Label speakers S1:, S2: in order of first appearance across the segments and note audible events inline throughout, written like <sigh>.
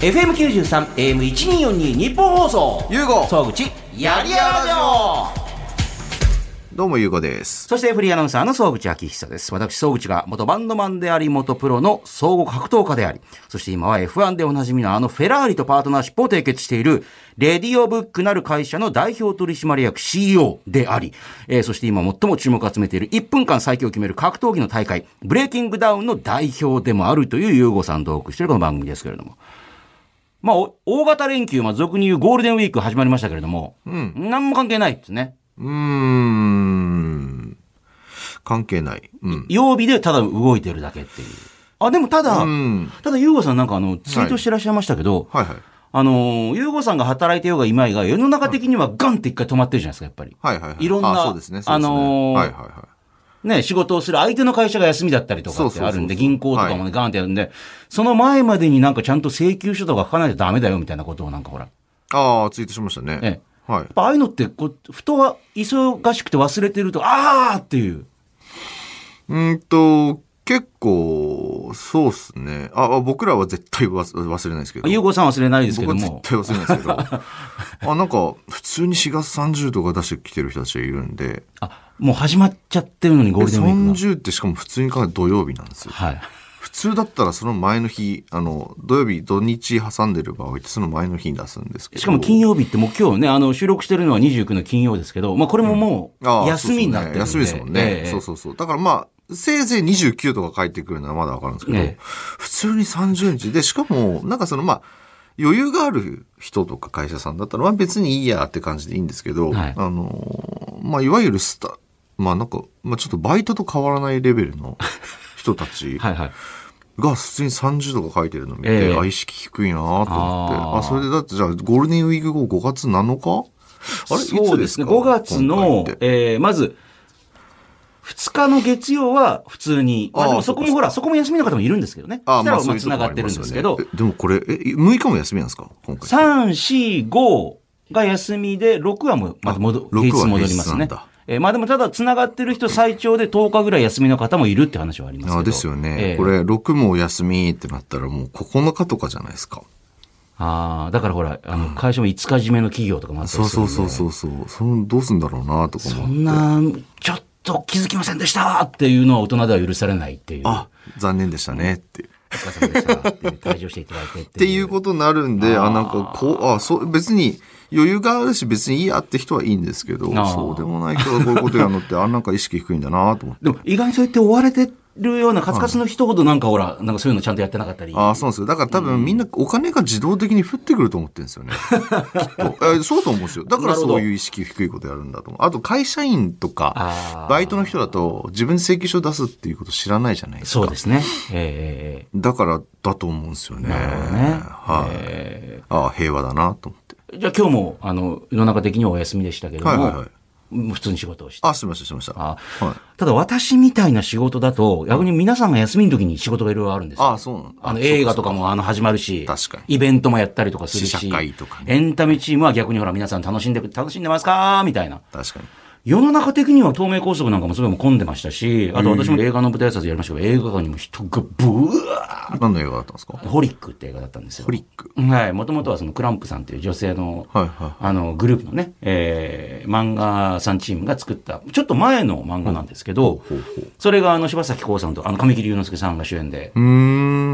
S1: FM93 AM1242 日本放送
S2: ゆうご
S1: 総口やりやらじょ
S2: どうもゆうこです。
S1: そしてフリーアナウンサーの総口昭久です。私、総口が元バンドマンであり、元プロの総合格闘家であり、そして今は F1 でおなじみのあのフェラーリとパートナーシップを締結している、レディオブックなる会社の代表取締役 CEO であり、えーそして今最も注目を集めている1分間最強を決める格闘技の大会、ブレイキングダウンの代表でもあるというユーゴさんとお送りしているこの番組ですけれども。まあ、お大型連休、まあ、俗に言うゴールデンウィーク始まりましたけれども、うん。何も関係ないですね。
S2: うーん。関係ない。うん。
S1: 曜日でただ動いてるだけっていう。あ、でもただ、
S2: うん。
S1: ただ、ゆうごさんなんかあの、ツイートしてらっしゃいましたけど、
S2: はいはい。
S1: あの、ゆうごさんが働いてようがいまいが、世の中的にはガンって一回止まってるじゃないですか、やっぱり。
S2: はいはいはい。
S1: いろんな
S2: あそうですね。そうですね
S1: あのー
S2: はいはいは
S1: ね、仕事をする相手の会社が休みだったりとかってあるんで、
S2: そうそうそうそう
S1: 銀行とかもね、ガンってやるんで、その前までになんかちゃんと請求書とか書かないとダメだよ、みたいなことをなんかほら。や
S2: い。ああ、ツイートしましたね。
S1: え
S2: はい
S1: っ。ぱああいうのって、こう、ふとは忙しくて忘れてると、あーっていう。
S2: うーんと、結構、そうっすね。あ、あ僕らは絶対忘忘れないですけど。
S1: ゆうごさん忘れないですけ
S2: 僕
S1: ど
S2: は
S1: も
S2: 絶。対忘れないですけ
S1: <laughs>
S2: ど。あ、なんか、普通に4月30とか出してきてる人たちがいるんで、
S1: あ、もう始まっちゃってるのにゴールデンウィーク
S2: 30ってしかも普通に考えて土曜日なんですよ
S1: が。。はい。
S2: 普通だったらその前の日、あの、土曜日、土日挟んでる場合ってその前の日に出すんですけど。
S1: しかも金曜日ってもう今日ね、あの、収録してるのは29の金曜ですけど、まあこれもも
S2: ああ
S1: う休みになってるんで、
S2: そうそうね休みですもんね、
S1: ええ
S2: そうそうそう。だからまあ、せいぜい29とか帰ってくるならまだわかるんですけど、
S1: ええ
S2: 普通に30日で、しかも、なんかそのまあ、余裕がある人とか会社さんだったら、まあ別にいいやって感じでいいんですけど、
S1: はい
S2: あのー、まあいわゆるスタ、まあなんか、まあちょっとバイトと変わらないレベルの人たち
S1: はいはい。
S2: が普通に30とか書いてるの見て、
S1: ええ
S2: あ意識低いなと思ってあ
S1: あー
S2: それでだってじゃあゴールデンウィーク後5月7日あれ
S1: そうですね、5月の、えーまず、2日の月曜は普通に、まあ
S2: ああ
S1: でもそこもほら、そこも休みの方もいるんですけどね。
S2: あ
S1: そしたらまあ
S2: とこ
S1: 繋がってるんですけど、
S2: えでもこれ、え、6日も休みなんですか今回。
S1: 3、4、5が休みで、6はもうまた戻、
S2: あ
S1: 平日
S2: 六は
S1: 戻ります
S2: 平日な
S1: ね
S2: んだ。
S1: えーまあでもただ繋がってる人最長で10日ぐらい休みの方もいるって話はありますけど。
S2: あですよね、
S1: ええ
S2: これ、6も休みってなったらもう9日とかじゃないですか。
S1: ああ、だからほら、あの、会社も5日締めの企業とかもあった
S2: そ
S1: り
S2: う
S1: する
S2: そ
S1: ん
S2: う
S1: で
S2: そうそうそう。そのどうすんだろうなとか思
S1: そ
S2: って。
S1: んな、ちょっと気づきませんでしたっていうのは大人では許されないっていう。
S2: あ、残念でしたねって。っ
S1: お疲れ様でしたっていう退場していただいてって
S2: いうことになるんで、あ、なんかこう、あ、そう、別に余裕があるし別にいいやって人はいいんですけど、
S1: あー
S2: そうでもない人がこういうことやるのって、あ、なんか意識低いんだなと思っ
S1: <laughs>
S2: て。
S1: でも意外にそうやって追われてるようなカツカツの人ほどなんかほら、なんかそういうのちゃんとやってなかったり。
S2: ああ、そうなんですよ。だから多分みんなお金が自動的に降ってくると思ってるんです
S1: <laughs>
S2: よね。きっと。えーそうと思うんですよ。だからそういう意識低いことやるんだと思う。あと会社員と
S1: あ
S2: か、
S1: ー
S2: バイトの人だと自分で請求書出すっていうこと知らないじゃないですか。
S1: そうですね。え
S2: だからだと思うんですよね。
S1: えええなるほどね。
S2: はい。
S1: え
S2: ああ、平和だなと思って。
S1: えじゃあ今日も、あの、世の中的にはお休みでしたけれども、
S2: はいはい
S1: う
S2: はい
S1: ん普通に仕事をして。
S2: あ、しました、しました。
S1: あ
S2: はい。
S1: ただ私みたいな仕事だと、逆に皆さんが休みの時に仕事がいろいろあるんですよ。
S2: ああ、そうなんだ。
S1: あの
S2: そう
S1: 映画とかもあの始まるし、
S2: 確かに
S1: イベントもやったりとかするし、
S2: 試写会とかね
S1: エンタメチームは逆にほら皆さん楽しんで、楽しんでますかみたいな。
S2: 確かに。
S1: 世の中的には東名高速なんかもすごいもう混んでましたし、あと私も映画の舞台挨拶やりましたけど、映画館にも人がブワ
S2: 何の映画だったんですか
S1: ーホリックって映画だったんですよ
S2: ホ。リック。
S1: はい。もともとはそのクランプさんっていう女性の、
S2: はいは
S1: あの、グループのね、えー、漫画さんチームが作った、ちょっと前の漫画なんですけど、それがあの、柴咲コウさんと、あの、神木隆之介さんが主演で、
S2: い。うー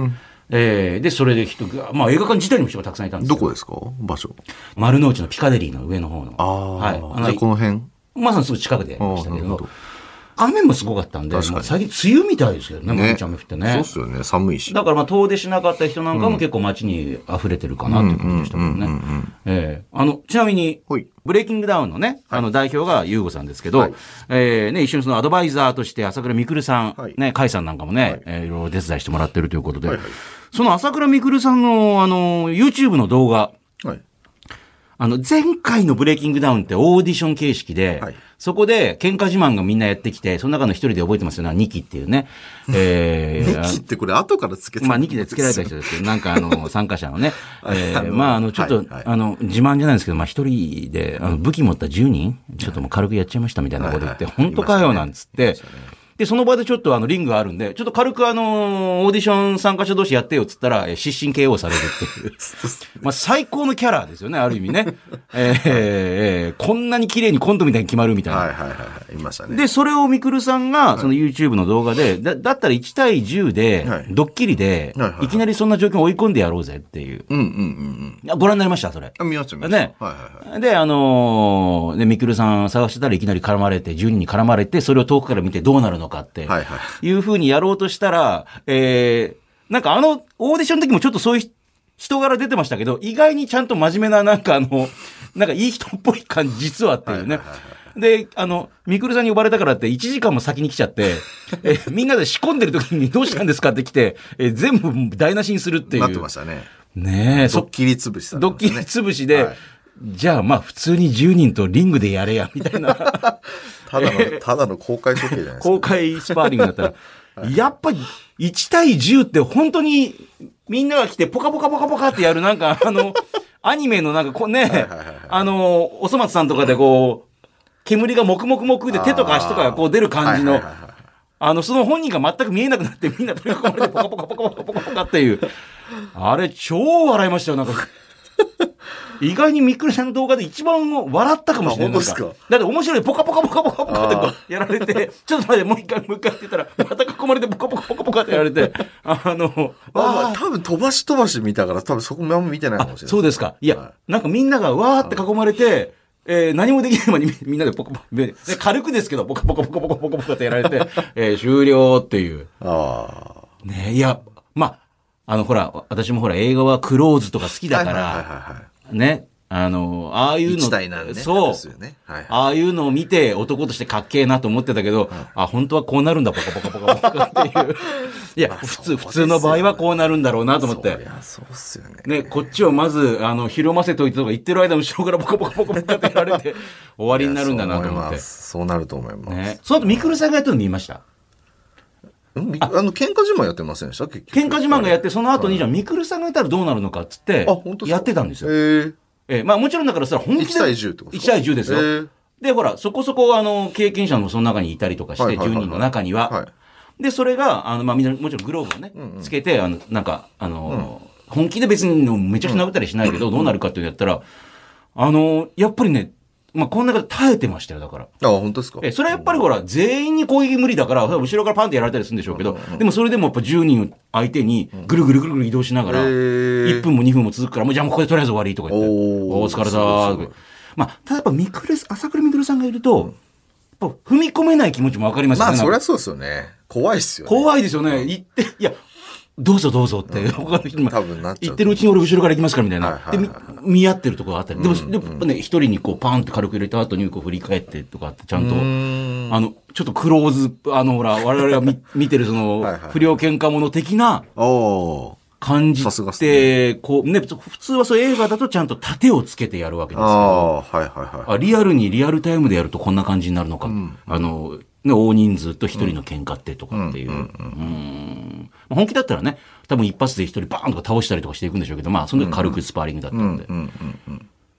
S2: ん。
S1: えー、で、それで人が、まあ映画館自体にも人がたくさんいたんです
S2: ど
S1: け
S2: こですか場所。
S1: 丸の内のピカデリーの上の方の。
S2: ああ。
S1: はい。あ
S2: じゃあこ
S1: の、
S2: の辺。
S1: まさにすぐ近くでやりましたけ
S2: あーなる
S1: ど
S2: ほど、
S1: 雨もすごかったんで、
S2: 確かに
S1: もう最近梅雨みたいですけどね、毎日雨降って
S2: そう
S1: ね
S2: っ。すよね。寒いし。
S1: だからまあ遠出しなかった人なんかも結構街に溢れてるかなっていう感じでしたけど
S2: うんうん
S1: ね。ええあの、ちなみに
S2: ほい、
S1: ブレイキングダウンのね、あの代表がユーゴさんですけど、ええね、一緒にそのアドバイザーとして朝倉未来さん、
S2: はい
S1: ね、甲斐さんなんかもね、い、えーいろいろお手伝いしてもらってるということで、その朝倉未来さんの、あの、YouTube の動画、
S2: はい。
S1: あの、前回のブレイキングダウンってオーディション形式で、
S2: はい
S1: そこで喧嘩自慢がみんなやってきて、その中の一人で覚えてますよね、ニキっていうね。えー、
S2: ニキってこれ後からつけた。
S1: まあ、2期で付けられた人ですけど、なんかあ
S2: <laughs>
S1: の、参加者のね、え
S2: あ
S1: ー、
S2: の
S1: まあ、あの、ちょっと、
S2: はいはい
S1: あの、自慢じゃないんですけど、まあ、一人で、あの、武器持った10人、ちょっともう軽くやっちゃいましたみたいなこと言って、
S2: はいはい
S1: 本当かよ、なんつって、で、その場でちょっとあの、リングがあるんで、ちょっと軽くあのーオーディション参加者同士やってよっつったら、えー失神 KO されるっていう。まあ、最高のキャラですよね、ある意味ね。えーえーこんなに綺麗にコントみたいに決まるみたいな。
S2: はいはいはいはい。いましたね。
S1: で、それをみくるさんが、その YouTube の動画で、だだったら1対10で
S2: はい、
S1: ドッキリで
S2: はいはいは、い
S1: いきなりそんな状況に追い込んでやろうぜっていう。
S2: うんうんうんうん。
S1: あご覧になりましたそれ。
S2: あ、見ました見ました。
S1: ね
S2: はいはいはい。
S1: で、あのーね、みくるさん探してたらいきなり絡まれて、10人に絡まれて、それを遠くから見てどうなるのかって、
S2: はい
S1: い、
S2: はい。
S1: うふうにやろうとしたら、えー、なんかあの、オーディションの時もちょっとそういう人柄出てましたけど、意外にちゃんと真面目な、なんかあの、なんかいい人っぽい感じ、実はっていうね。で、あの、みくるさんに呼ばれたからって1時間も先に来ちゃって、 <laughs> え、みんなで仕込んでる時にどうしたんですかって来て、え、全部台無しにするっていう。
S2: なってましたね。
S1: ねえ、
S2: ド
S1: そ
S2: ッキリ潰しされ
S1: ド
S2: てま
S1: ッ
S2: し
S1: キ
S2: た
S1: リ
S2: ね。
S1: 潰しで、
S2: はい
S1: じゃあまあ普通に10人とリングでやれや、みたいな
S2: ただの、ただの公開処刑じゃないですか。
S1: 公開スパーリングだった
S2: <laughs>
S1: ら、やっぱり1対10って本当にみんなが来てポカポカポカポカってやるなんかあ
S2: <laughs>
S1: の、アニメのなんかこうね
S2: いはいはいはい、
S1: あの、おそ松さんとかでこう、煙がもくもくもくで手とか足とかがこう出る感じの
S2: はいはい、はいはい
S1: あの、その本人が全く見えなくなってみんな取り囲まれてポカポカポカポカポカポカっていう。あれ、超笑いましたよ、
S2: <laughs>
S1: なんか。意外にみくるさんの動画で一番笑ったかもしれない。
S2: あ本当ですか
S1: なんだって面白い、ポカポカポカポカポカってこうやられて、ちょっと待って、もう一回、もう一回って言ったら、また囲まれてポカポカポカポカってやられて、あの、
S2: あ多分飛ばし飛ばし見たから、多分そこもあんま見てないかもしれない。
S1: そうですか。いや、
S2: は
S1: なんかみんながわーって囲まれて、えー何もできない間にみみんなでポカポカ、で軽くですけど、ポカポカポカポカポカポカってやられ
S2: <laughs>
S1: て、えー終了っていう。
S2: あ
S1: ねいや、まあ、あの、ほら、私もほら、映画はクローズとか好き
S2: あ。
S1: だか
S2: はいはい
S1: ら、
S2: はいはい。
S1: ね、あの、ああいうの、
S2: 一対なんでね
S1: そう
S2: ですよねはいはい
S1: ああいうのを見て、男としてかっけえなと思ってたけど、あ、本当はこうなるんだ、ポカポカポカポカっていう。いや、
S2: まあ
S1: 普
S2: そう
S1: 通、
S2: です
S1: 普
S2: よね
S1: 通の場合はこうなるんだろうなと思っ
S2: い
S1: て。
S2: や、そうっすよね。
S1: ね、こっちをまず、あの、ひませといてとか言ってる間、後ろからポカポカポカポカってやられ
S2: <laughs>
S1: て、終わりになるんだなと思っ
S2: い
S1: て
S2: や。そう思いますそうなると思います。
S1: ね。その後、みくるさんがやったの見ました
S2: んみあの、喧嘩自慢やってませんでした結局。
S1: 喧嘩自慢がやって、その後に、じゃあ、みくるさんがいたらどうなるのかっつって
S2: あ本当、ですか
S1: やってたんですよ。
S2: ええ
S1: ええまあもちろんだからそれは本気で。
S2: 1対10ってことですか
S1: 1対10ですよ。
S2: え
S1: で、ほら、そこそこ、あの、経験者もその中にいたりとかして、
S2: はいはいはいは
S1: 10
S2: い
S1: 人の中には。
S2: はい
S1: で、それが、あの、まあみんな、もちろんグローブをね、つけて、あの、なんか、あの、本気で別にのめちゃくちゃ殴ったりしないけど、どうなるかっていうのやったら、あの、やっぱりね、まあこんな方耐えてましたよ、だから。
S2: あ、本当ですか
S1: え、それはやっぱりほら、全員に攻撃無理だから、後ろからパンってやられたりするんでしょうけど、でもそれでもやっぱ10人を相手に、ぐるぐるぐるぐる移動しながら、
S2: へー
S1: 1分も2分も続くから、もうじゃあもうここでとりあえず終わりとか言って、
S2: おー
S1: おお疲れさ
S2: すごいす
S1: ー
S2: ごい
S1: まあ、ただやっぱ、みくる、朝倉みくるさんがいると、やっぱ踏み込めない気持ちもわかりますよ
S2: ま
S1: ね。な
S2: あ、
S1: ん
S2: そ
S1: か
S2: りゃそうですよね。怖いっすよね。
S1: 怖いですよね。行って、いや、どうぞどうぞって、他の人に
S2: 多分なっちゃう
S1: 行ってるうちに俺後ろから行きますからみたいな。
S2: はいはいはい
S1: で、み見合ってるとこがあったり。でも、でもやっぱね、一人にこうパンって軽く入れた後にこう振り返ってとかってちゃんと、
S2: ー
S1: あの、ちょっとクローズ、あの、ほら、我々が
S2: <laughs>
S1: 見見てるその
S2: はいはいは、い
S1: 不良喧嘩者的な
S2: おー
S1: 感じ
S2: さすがっ
S1: っ
S2: す
S1: て、こう、ね、普通はそう映画だとちゃんと盾をつけてやるわけです
S2: あ
S1: けど。
S2: あ、はいはいはい。
S1: あリアルにリアルタイムでやるとこんな感じになるのか、あの、ね、大人数と一人の喧嘩ってとかっていう。うんまあ本気だったらね、多分一発で一人バーンとか倒したりとかしていくんでしょうけど、まあ、その時軽くスパーリングだったんで。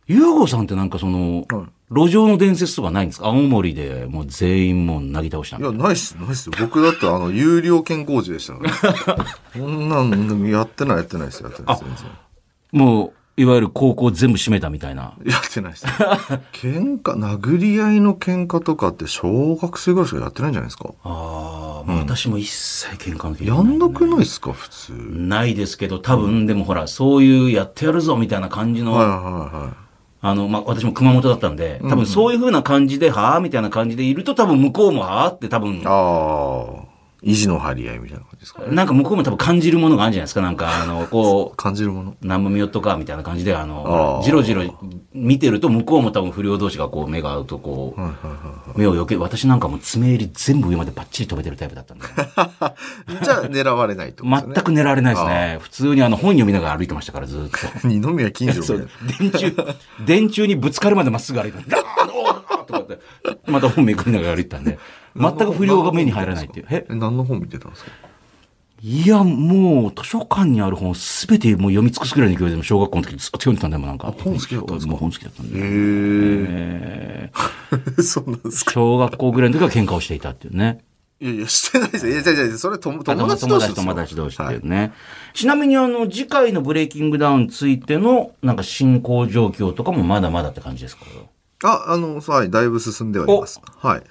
S1: ユーゴさんってなんかその、路上の伝説とかないんですか青森でもう全員もうなぎ倒した
S2: いや、ないっす、ないっす。僕だって、あの、有料健康児でした
S1: <laughs>
S2: から、そんなん、やってない、やってないっす、やってないっす、全然。
S1: もう、いわゆる高校全部閉めたみたいな。
S2: やってないっす。喧嘩、殴り合いの喧嘩とかって、小学生ぐらいしかやってないんじゃないですか。
S1: ああ、もう私も一切喧嘩の経験
S2: や
S1: ない
S2: んなくないっすか、普通。はい
S1: ないですけど、多分、でもほら、そういうやってやるぞみたいな感じの、
S2: はいは
S1: あの、まあ、私も熊本だったんで、多分そういう風な感じで、はあみたいな感じでいると、多分向こうもはあって多分
S2: い。、ああ、意地の張り合いみたいな感じですか。
S1: なんか向こうも多分感じるものがあるんじゃないですか。なんか、あの、 <laughs> こ
S2: 感じるもの。
S1: う、何も見よっとか、みたいな感じで、あ
S2: あ
S1: の、
S2: ー
S1: じろじろ見てると、向こうも多分不良同士がこう、目が合うとこう、目を避け、私なんかもう爪襟全部上までバッチリ飛べてるタイプだったんで、 <laughs>
S2: じゃあ、狙われないってことです
S1: 全
S2: ね。
S1: く狙われないですね。普通にあの、本読みながら歩いてましたから、ずーっと。
S2: 二宮金城みた
S1: そ
S2: いな
S1: う。電
S2: <laughs>
S1: 柱、電柱にぶつかるまでまっすぐ歩いて、ガーンおーとかって、また本めくりながら歩いてたん
S2: <laughs>
S1: で、全く不良が目に入らないっていう。え、
S2: え、何の本見てたんですか
S1: いや、もう、図書館にある本すべてもう読み尽くすぐらいの勢いで、小学校の時ずっと読んでたんだよ、もうなんか。
S2: 本好きだったんです
S1: もう本好きだったんで。
S2: へ
S1: えー
S2: え。そうなんですか。
S1: 小学校ぐらいの時は喧嘩をしていたっていうね。
S2: いやいや、してないですよ。いや、じゃじゃそれ友友達同
S1: 友
S2: 士
S1: 達
S2: ですよ
S1: 友達同士
S2: は
S1: だ
S2: い
S1: よね、ちなみにあの、次回のブレイキングダウンについての、なんか進行状況とかもまだまだって感じですか
S2: あ、あの、はい、だいぶ進んではいます。はい。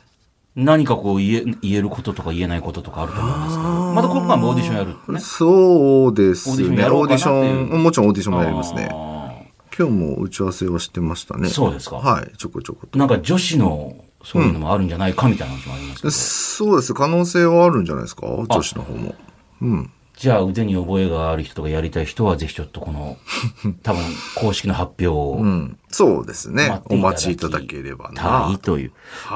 S1: 何かこう言え、言えることとか言えないこととかあると思うんですけど、また今晩もオーディションやるってね。
S2: そうです
S1: オーディションや
S2: ね。
S1: ろ
S2: オ
S1: う
S2: ー
S1: かなっ
S2: ディシ
S1: ていう
S2: ョン、もちろんオーディションもやりますね。
S1: ね。
S2: 今日も打ち合わせはしてましたね。
S1: そうですか
S2: はい、ちょこちょこと。
S1: なんか女子の、そういうのもあるんじゃないかみたいな話もありますけど。
S2: そうです。可能性はあるんじゃないですか女子の方も。うん。
S1: じゃあ腕に覚えがある人とかやりたい人は、ぜひちょっとこ
S2: <laughs>
S1: の、多分、公式の発表を
S2: うん。そうですね。お待ち
S1: 待って
S2: いただければ
S1: た。
S2: ない
S1: という。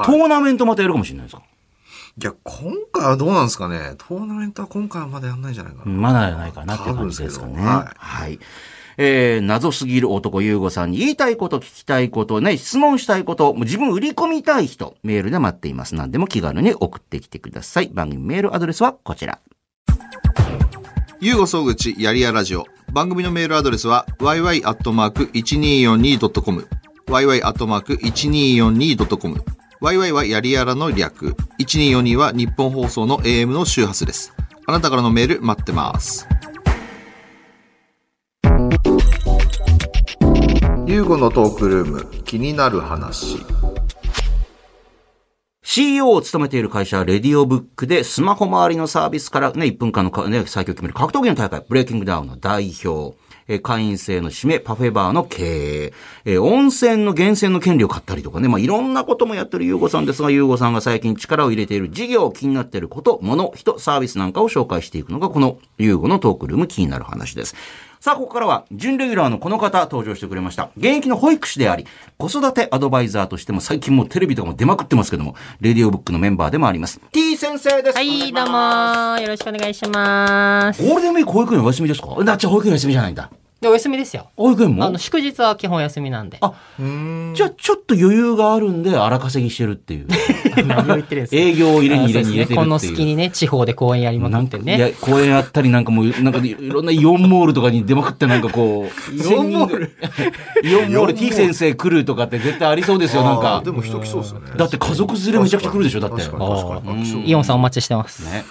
S1: トーナメントまたやるかもしれないですか
S2: いや、今回はどうなんですかね。トーナメントは今回はまだやんないんじゃないかな。
S1: まだやないかなっていう感じですか
S2: 多分
S1: ね。
S2: ですけどはい
S1: はい。えー、謎すぎる男優吾さんに言いたいこと、聞きたいこと、ね、質問したいこと、もう自分売り込みたい人、メールで待っています。何でも気軽に送ってきてください。番組メールアドレスはこちら。
S2: ゆうご総口やりやラジオ。番組のメールアドレスは yy.1242.com。yy.1242.com。yy はやりやらの略。1242は日本放送の AM の周波数です。あなたからのメール待ってます。ゆうごのトークルーム、気になる話。
S1: CEO を務めている会社、レディオブックで、スマホ周りのサービスからね、1分間のか、ね、最強を決める格闘技の大会、ブレイキングダウンの代表、えー会員制の締め、パフェバーの経営、えー温泉の源泉の権利を買ったりとかね、まあ、いろんなこともやってるゆうごさんですが、ゆうごさんが最近力を入れている事業、気になっていること、物、人、サービスなんかを紹介していくのが、このゆうごのトークルーム気になる話です。さあ、ここからは、準レギュラーのこの方登場してくれました。現役の保育士であり、子育てアドバイザーとしても、最近もうテレビとかも出まくってますけども、レディオブックのメンバーでもあります。T 先生です。
S3: は
S1: お願
S3: い、
S1: し
S3: ど
S1: ま
S3: う
S1: す
S3: もーよろしくお願いします。
S1: ゴールデンウィーク保育園お休みですかだっちゃ保育園休みじゃないんだ。
S3: で、お休みですよ。
S1: 保育園も
S3: あ
S1: あ
S3: の、祝日は基本休みなんで。
S1: じゃあちょっと余裕があるんで荒稼ぎしてる <laughs> っていう。
S3: 何を言ってるんですか
S1: 営業を入れに入れ
S3: あ
S1: に入れてるって
S3: そうです
S1: いう
S3: ねこの隙にね、地方で公演やりま
S1: な
S3: く
S1: ん
S3: って
S1: か、い
S3: ね。
S1: や、公園あったりなんかもう、なんかいろんなイオンモールとかに出まくってなんかこう、イオンモールイオンモール T 先生来るとかって絶対ありそうですよ、なんか。
S2: も人来そうですよね
S1: だって家族連れめちゃくちゃ来るでしょだって
S2: 確かに確かに確かに
S3: イオンさんお待ちしてます。
S1: ね、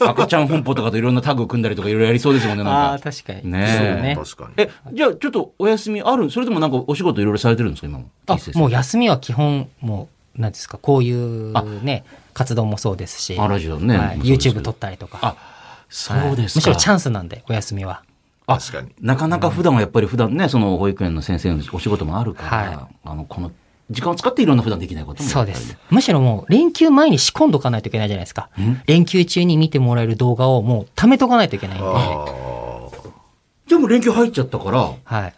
S1: 赤ちゃん本舗とかといろんなタッグを組んだりとかいろいろやりそうですもんね、
S3: あ
S1: なん
S3: あ、
S1: か。
S3: 確かに。
S1: ねえ
S3: そうね。
S2: 確かに。
S1: え、じゃあちょっとお休みあるそれともなんかお仕事いろいろされてるんですか今も。
S3: あ
S1: T 先生
S3: もう休みは基本、もう、なんですか、こういうね、活動もそうですし、
S1: あラジオね
S3: はい
S1: もうそうですけど
S3: YouTube 撮ったりとか。
S1: あ、そ
S3: はいう
S1: です
S3: むし
S1: か。
S3: ろチャンスなんで、お休みは。
S1: あ
S2: 確かに
S1: なかなか普段はやっぱり普段ね、その保育園の先生のお仕事もあるから、
S3: は
S1: あの、この時間を使っていろんな普段できないこともやっ
S3: そ
S1: ぱ
S3: う
S1: り
S3: で
S1: ね。
S3: す。むしろもう、連休前に仕込んどかないといけないじゃないですか。連休中に見てもらえる動画をもう、貯めとかないといけないんで。は
S2: あー
S1: じゃあもう連休入っちゃったから、
S3: い。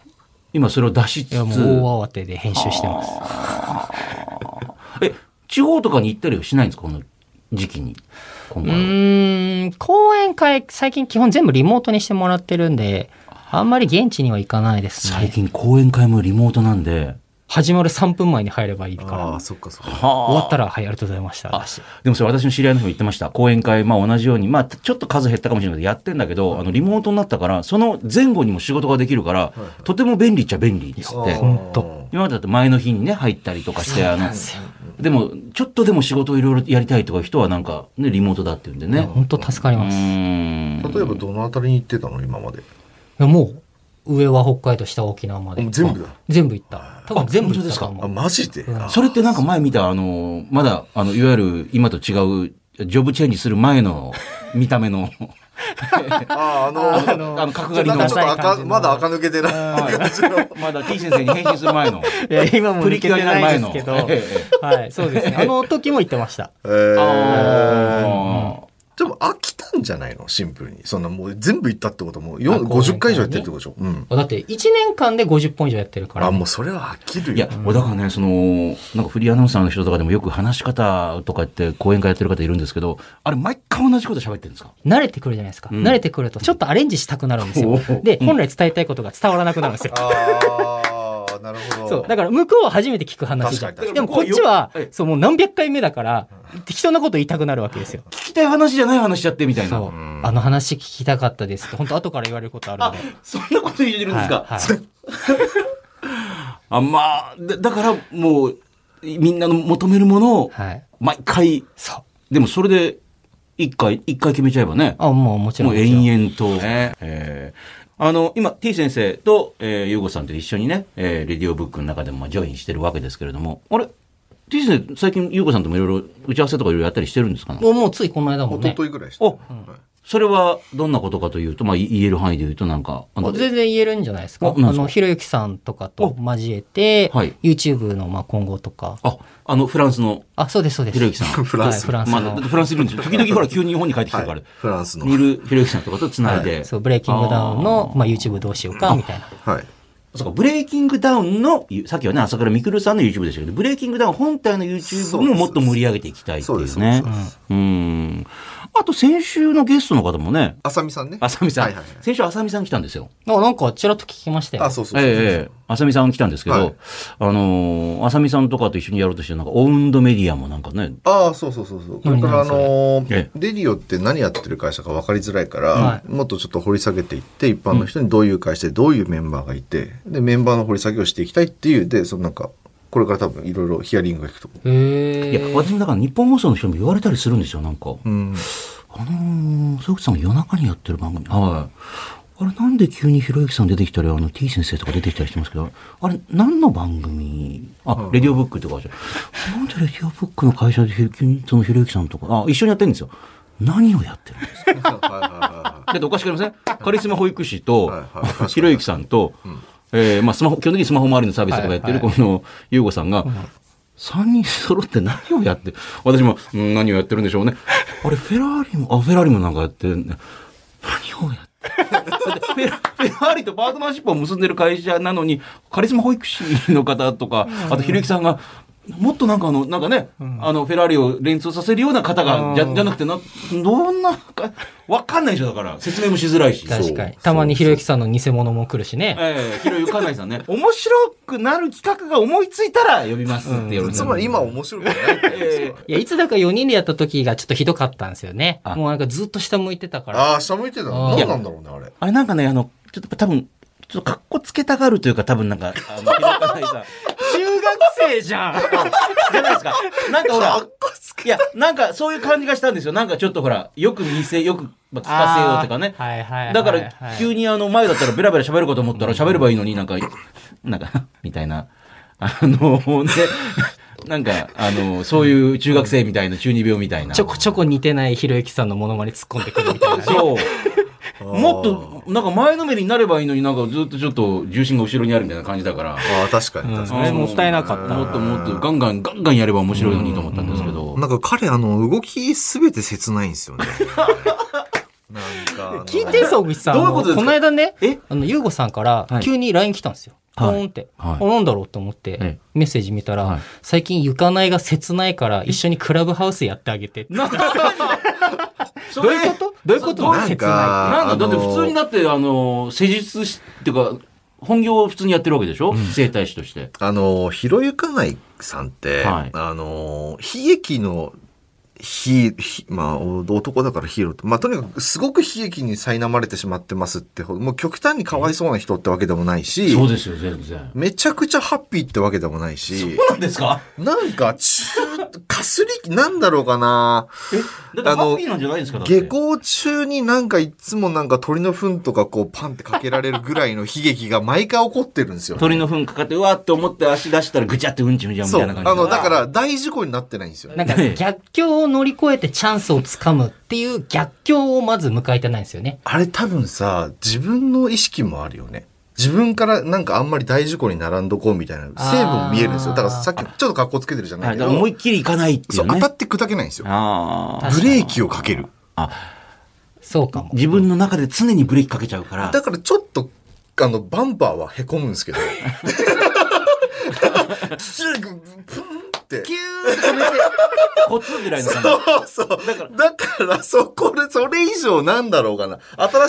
S1: 今それを出しつ
S3: い
S1: つ
S3: や、、もう大慌てで編集してます。
S1: え、地方とかに行ったりはしないんですかこの時期に。今
S3: う
S1: 回は。
S3: ーん、講演会、最近基本全部リモートにしてもらってるんで、あんまり現地には行かないです
S1: 最
S3: ね。
S1: 近講演会もリモートなんで、
S3: 始まる3分前に入ればいいから。
S2: あー、そっかそっか。
S3: 終わ
S1: は
S3: ったら、はい、ありがとうございました。私
S1: でもそれ私の知り合いの人も言ってました。講演会、まあ同じように、まあちょっと数減ったかもしれないけど、やってんだけど、あの、リモートになったから、その前後にも仕事ができるから、とても便利っちゃ便利ですって。
S3: 本当
S1: 今までだと前の日にね、入ったりとかして、あの、でも、ちょっとでも仕事をいろいろやりたいとか人はなんか、ね、リモートだって言うんでね。
S3: 本当助かり
S1: う
S3: ます。い
S1: ーん。
S2: 例えばどのあたりに行ってたの今まで。
S3: やもう、上は北海道、下は沖縄まで。
S2: 全部だ。
S3: 全部行った。多分全部行ったと思
S2: あ、
S3: う。
S2: マジで、あ
S1: それってなんか前見た、あの、まだ、あの、いわゆる今と違う、ジョブチェンジする前の見た目の、
S2: あ、あの
S1: あの、角刈り
S2: なん
S1: の
S2: かちょ、っと赤まだ垢抜けてない感じの。
S1: まだ T 先生に変身する前の。
S3: いや、今も
S1: プリ
S3: 抜
S1: キュ
S3: け
S1: ア
S3: て
S1: になる
S3: な
S1: 前
S3: いで
S1: の
S3: すけど。はい、そうですね。あの時も行ってました。
S2: <laughs> えー、
S1: あ
S2: でも飽きたんじゃないのシンプルに。そんなもう全部行ったってことはもうよ
S3: あ
S2: ん
S3: 公園
S2: 50回以上やってるってことでしょ。うん。
S3: だって、1年間で50本以上やってるから
S2: あ、。もうそれは飽きる
S1: ー
S2: よ。
S1: いや、もうだからね、その、なんかフリーアナウンサーの人とかでもよく話し方とか言って講演会やってる方いるんですけど、あれ毎回同じこと喋ってるんですか
S3: 慣れてくるじゃないですか。慣れてくると、ちょっとアレンジしたくなるんです
S1: お
S3: よ
S1: ー。
S3: で、本来伝えたいことが伝わらなくなるんですよ。
S2: ああ、なるほど。
S3: そう。だから、向こうは初めて聞く話じゃん。
S2: 確かに
S3: でも、こっちは
S1: はい、
S3: そう、もう何百回目だから、適当なこと言いたくなるわけですよ。
S1: 聞きたい話じゃない話しちゃってみたい
S3: そ
S1: な。
S3: う。あの話聞きたかったですって、本当後から言われることあるん
S1: あ
S3: で。、
S1: そんなこと言ってるんですか、
S3: はいはい
S1: あ、まあ、だだからもう、みんなの求めるものを、
S3: はい。
S1: 毎回、
S3: そう。
S1: でもそれで一回、一回決めちゃえばね。
S3: あ、もうもちろ
S1: も
S3: ん
S1: う
S3: もちろん。
S1: 延々と。ねえーあの、今、t 先生と、えー、ゆうごさんと一緒にね、えーレディオブックの中でもまあジョインしてるわけですけれども、あれ ?t 先生、最近ゆうごさんともいろいろ打ち合わせとかいろいろやったりしてるんですかね
S3: もうもうついこの間も
S2: 一
S3: ね。
S2: 昨日ぐらいして。
S1: お
S2: はい
S1: それはどんなことかというと、まあ、い言える範囲で言うとなんか、あの
S3: 全然言えるんじゃないですか。
S1: あ
S3: あ
S1: なんですか
S3: の、ひろゆきさんとかと交えて、
S1: はい
S3: YouTube のまあ今後とか。
S1: あ、あの、フランスの
S3: あ、そうです、そうです。
S1: ひろゆきさん。
S2: フランス
S3: はい、フランス
S1: ま
S3: の。
S1: あ、だってフランスいるんですよ。時々
S3: <laughs>
S1: ほら急に日本に帰ってきてるか
S2: は
S1: ら
S2: い。フランスの。
S1: いるひろゆきさんとかと繋いで。
S3: そう、ブレイキングダウンの、まあ、YouTube どうしようか、みたいな。
S2: はい。
S1: そうか、ブレイキングダウンの、ゆさっきはね、朝倉未来さんの YouTube でしたけど、ブレイキングダウン本体の YouTube ももっと盛り上げていきたいって
S2: そ
S1: い
S2: うです
S1: う
S2: そうで
S1: ね
S2: すそう。です。
S1: うん。あと、先週のゲストの方もね、
S2: あさみさんね。
S1: 浅見さん、
S2: はいはいはい
S1: 先週浅見さん来たんですよ。
S3: あなんか、ちらっと聞きましたよ。
S2: あ、そうそうそう。
S1: ええええ、浅見さん来たんですけど、
S2: はい
S1: あのー、浅見さんとかと一緒にやろうとして、なんか、オウンドメディアもなんかね、
S2: ああ、そうそうそうそう。これからあ
S3: 何
S2: のー
S1: え
S2: レディオって何やってる会社か分かりづらいから、
S3: は
S2: もっとちょっと掘り下げていって、一般の人にどういう会社でどういうメンバーがいて、で、メンバーの掘り下げをしていきたいっていう、で、そのなんか、これから多分いろいろヒアリングがいくと思
S3: へ
S1: いや、
S3: え。
S1: 私もだから日本放送の人にも言われたりするんですよ、なんか。
S2: う。うん。
S1: あのー、そよくさんが夜中にやってる番組。はい。あれなんで急にひろゆきさん出てきたり、あの T 先生とか出てきたりしてますけど、あれ何の番組あ、レディオブックとかじゃなんでレディオブックの会社で急にそのひろゆきさんとか、あ、一緒にやってるんですよ。何をやってるんですかだっておかしくありませんカリスマ保育士と
S2: はいはい確か、に
S1: ひろゆきさんと、えーまあスマホ、基本的にスマホ周りのサービスとかやってるこのゆうごさんが、三人揃って何をやって、私も、うん、何をやってるんでしょうね。あれ、フェラーリも、あ、フェラーリもなんかやってるね。何をやってだってフェラフェラーリとパートナーシップを結んでる会社なのに、カリスマ保育士の方とか、あとひろゆきさんが、もっとなんかあの、なんかね、あの、フェラーリを連想させるような方が、じゃ、じゃなくてな、どんなか、わかんないでしょ、だから。説明もしづらいし。
S3: 確かに。たまにひろゆきさんの偽物も来るしね。
S1: ええひろゆかないさんね。面白くなる企画が思いついたら呼びますって言われて
S2: <laughs> つ
S1: る
S2: まり今面白くないってことです
S1: ええ
S2: か
S3: いや、いつだか4人でやった時がちょっとひどかったんですよね
S1: あ。
S3: もうなんかずっと下向いてたから。
S2: ああ、下向いてたの
S3: あー
S2: 何なんだろうね、あれ。
S1: あれなんかね、あの、ちょっと多分、ちょっと格好つけたがるというか、多分なんか、あの、ひろゆかないさん。
S3: 中学生
S1: <laughs>
S3: じゃん
S1: じゃないですか。なんかほら
S2: かっこつ
S1: い
S2: け
S1: や、なんかそういう感じがしたんですよ。なんかちょっとほら、よく見せ、よくまあ聞かせようとかね。
S3: あーはいはいはいはい
S1: だから、急にあの、前だったらベラベラ喋るかと思ったら喋ればいいのになんか、なんか、 <laughs> みたいな。あの、ね、なんか、あの、そういう中学生みたいな、中二病みたいな。
S3: ちょこちょこ似てないひろゆきさんのモノマネ突っ込んでくる
S1: <laughs>
S3: みたいなね。
S1: そう。もっと、なんか前のめりになればいいのになんかずっとちょっと重心が後ろにあるみたいな感じだから。
S2: ああ、確かに確か
S3: あれもったいなかった
S1: もっともっとガンガン、ガンガンやれば面白いのにと思ったんですけど
S2: に。。なんか彼、あの、動きすべて切ないんですよ
S3: <laughs>
S2: ね。なんかあの、
S3: 聞いてそう、ぐちさん。
S1: どういうことですか
S3: あのこの間ね
S1: え、
S3: あの、ゆうごさんから
S1: はい
S3: 急に LINE 来たんですよ。ポ
S1: はい
S3: ーンって。
S1: はい
S3: あなんだろうと思っ
S1: え
S3: て、メッセージ見た
S1: はい
S3: ら、最近ゆかないが切ないから一緒にクラブハウスやってあげて。
S1: <laughs>
S3: ど
S1: なんか <laughs>
S3: ういうことどういうこと
S1: なん
S3: 切
S2: か
S3: な
S1: なんだ、だって
S2: あのー
S1: 普通にだって、あの、施術し、っていうか、本業を普通にやってるわけでしょ整体師として。
S2: あの、ひろゆかないさんって、
S1: はい
S2: あの、悲劇の、ひ、ひまあ、お男だからヒーローと、まあ、とにかく、すごく悲劇に苛まれてしまってますってほど、もう極端にかわいそうな人ってわけでもないし、
S1: そうですよ、全然。
S2: めちゃくちゃハッピーってわけでもないし、
S1: そうなんですか
S2: なんか、中、かすり、なんだろうかな
S1: だってハッピーなんじゃないですかだって
S2: 下校中になんかいつもなんか鳥の糞とかこうパンってかけられるぐらいの悲劇が毎回起こってるんですよね、
S1: 鳥の糞かかって、うわーって思って足出したらぐちゃってうんちうんちゃみ
S2: そ
S1: た
S2: う。
S1: い
S2: あ
S1: な感じで。
S2: の、だから大事故になってないんですよね。
S3: なんか逆境を乗り越えてチャンスをつかむっていう逆境をまず迎えてないんですよね。
S2: あれ多分さ、自分の意識もあるよね。自分からなんかあんまり大事故に並んどこうみたいな成分見えるんですよ。
S3: あー
S2: だからさっきちょっと格好つけてるじゃ
S1: は
S2: ない
S1: い、
S2: け
S1: だ
S2: ど、
S1: から思いっきりいかないってい
S2: そうう、
S1: ね。
S2: 当たって砕けないんですよ。
S1: ああ。
S3: 確
S2: ブ
S3: かに
S2: レーキをかける。
S3: そうかも。
S1: 自分の中で常にブレーキかけちゃうから。
S2: だからちょっと、あの、バンパーは凹むんですけど。キュープンって。
S1: キューって止めて、コツぐらいの感じ。
S2: そうそう。だから、だからそこで、それ以上なんだろうかな。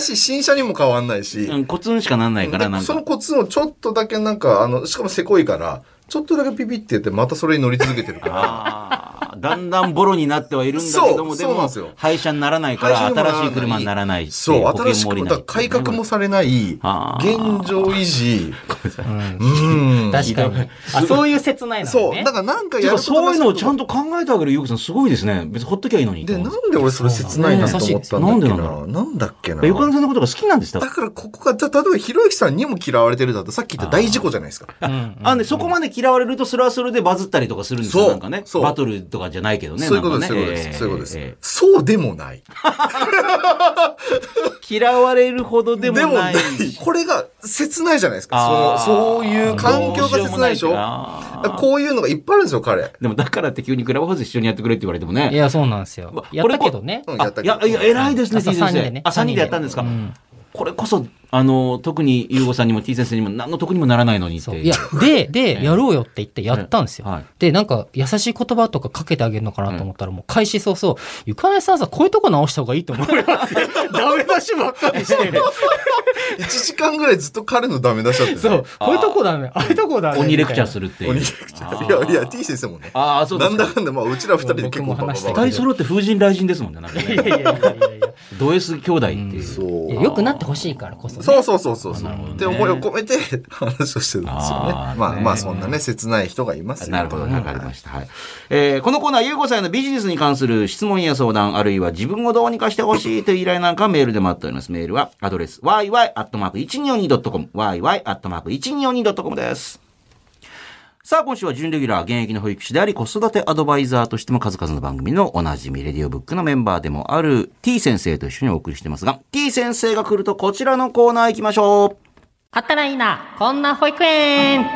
S2: 新しい新車にも変わんないし。
S1: うん、コツンしかなんないから、なん
S2: そ
S1: か
S2: の。コツをちょっとだけなんか、あの、しかもせこいから、ちょっとだけピピってやって、またそれに乗り続けてるから。
S1: あな、だんだんボロになってはいるんだけども、
S2: そう
S1: で
S2: そうな
S1: も
S2: んですよ、
S1: 廃車にならないから、
S2: 廃車にもならな
S1: 新
S2: い
S1: しい車にならないってい
S2: そう、
S1: 保険
S2: 新し
S1: も下
S2: く
S1: り
S2: ま
S1: ない
S2: た改革もされない、現
S1: あー
S2: 状
S1: <laughs>
S2: 維持。
S3: うん確かに。あ、そういう切ないな
S2: そ
S3: の
S2: う、
S3: ね。
S2: だからなんか
S1: て
S2: や
S1: か
S2: る
S1: そういうのをちゃん
S2: と。
S1: と考えてあげるゆうこさんすごいですね。別にほっときゃいいのにと
S2: で、
S1: 思
S2: な
S1: って。
S2: んで俺それ切ないなと思ったんだっけ
S1: そうだ
S2: な。なんだっけな。
S1: ゆかのさんのことが好きなんですだ
S2: だからここが、じゃあ例えばひろゆきさんにも嫌われてるだと、さっき言った大事故じゃないですか。
S3: うん
S1: あね、そこまで嫌われると、それはそれでバズったりとかするんです
S2: そ
S1: よ。
S2: う
S1: なんかね。
S2: そう
S1: バトルとかじゃないけどね。
S2: そういうことで
S1: な
S2: す、そ
S1: ん
S2: ういう
S1: か
S2: こ
S1: ね
S2: とです。そういうことです。
S1: えーえーえ
S2: そうでもない。
S1: ー嫌われるほどでもない。
S2: <laughs> これが切ないじゃないです
S1: あ
S2: か。
S1: ー
S2: そのそういう環境が切ないでし
S1: どう
S2: ょ
S1: ようもないな
S2: こういうのがいっぱいあるんですよ、彼。
S1: でもだからって急にクラブハウス一緒にやってくれって言われてもね。
S3: いや、そうなんですよ
S1: ま。
S3: やったけどね
S2: こ。れうんや
S1: あ
S2: った
S1: い
S2: けど
S1: や、いや、偉いですね、
S3: 朝
S1: T 先
S3: 三人で
S1: 生
S3: ね。
S1: あ、3人でやったんですか。これこそ、あの、特に、ゆうごさんにも T 先生にも何の得にもならないのにって
S3: そう
S1: いう。
S3: いや、で、で、やろうよって言ってやったんですよ。
S1: はい
S3: で、なんか、優しい言葉とかかけてあげるのかなと思ったら、もう開始早々、ゆかねさんさ、こういうとこ直した方がいいと思う。 <laughs> ダメ出しばっかりしてる。
S2: 1時間ぐらいずっと彼のダメ出しだったよね。
S3: そう、こういうとこだね。ああいうとこだね。
S1: 鬼レクチャー
S3: る。
S1: するっていう。
S2: 鬼レクチャー。いやいや、T 先生もね。
S1: ああ、そうで
S2: な
S1: す
S2: ん
S1: か
S2: だ。かんだ、まあ、うちら二人で結構
S3: 僕も話して
S1: 二人揃って風神雷神ですもんね、なんか
S3: いやい
S1: ね。
S3: やいやいやいや
S1: ド S 兄弟っていう。
S2: そ
S3: いうや。良くなってほしいからこそ、ね。
S2: そうそうそうそうそう、
S1: なるほどね
S2: って思いを込めて <laughs> 話をしてるんですよね。
S1: あー
S2: まあ
S1: ね
S2: まあそんなね、切ない人がいますよ
S1: なるほど、わかりました。はい。えーこのコーナー、ゆうこさんへのビジネスに関する質問や相談、あるいは自分をどうにかしてほしいという依頼なんかはメールで待っております。メールは、アドレス、yy.1242.com、yy.1242.com です。さあ、今週は準レギュラー、現役の保育士であり、子育てアドバイザーとしても数々の番組のおなじみ、レディオブックのメンバーでもある t 先生と一緒にお送りしてますが、t 先生が来るとこちらのコーナー行きましょう。
S3: あったらいいな、こんな保育園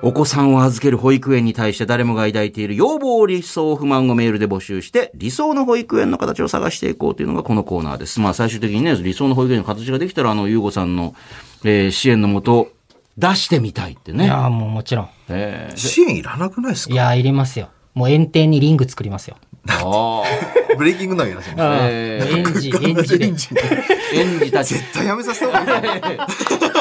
S1: お子さんを預ける保育園に対して誰もが抱いている要望、理想、不満をメールで募集して、理想の保育園の形を探していこうというのがこのコーナーです。まあ最終的にね、理想の保育園の形ができたら、あの、ゆうごさんの、えー支援のもと、出してみたいって
S3: い
S1: ね。
S3: やーもうもちろん。
S1: えー
S2: 支援いらなくないです
S3: い
S2: か
S3: やーいりますよ。もう園庭にリング作りますよ。
S1: あ
S3: <laughs>
S2: ブレイキングダウンいらっしゃいま
S3: あ
S1: え
S3: ー園児、園
S2: す
S3: 児
S2: ね。
S3: で <laughs>
S2: エン。ジン <laughs> 絶
S1: ー園児たち。
S2: 対やめさせた方がいいと思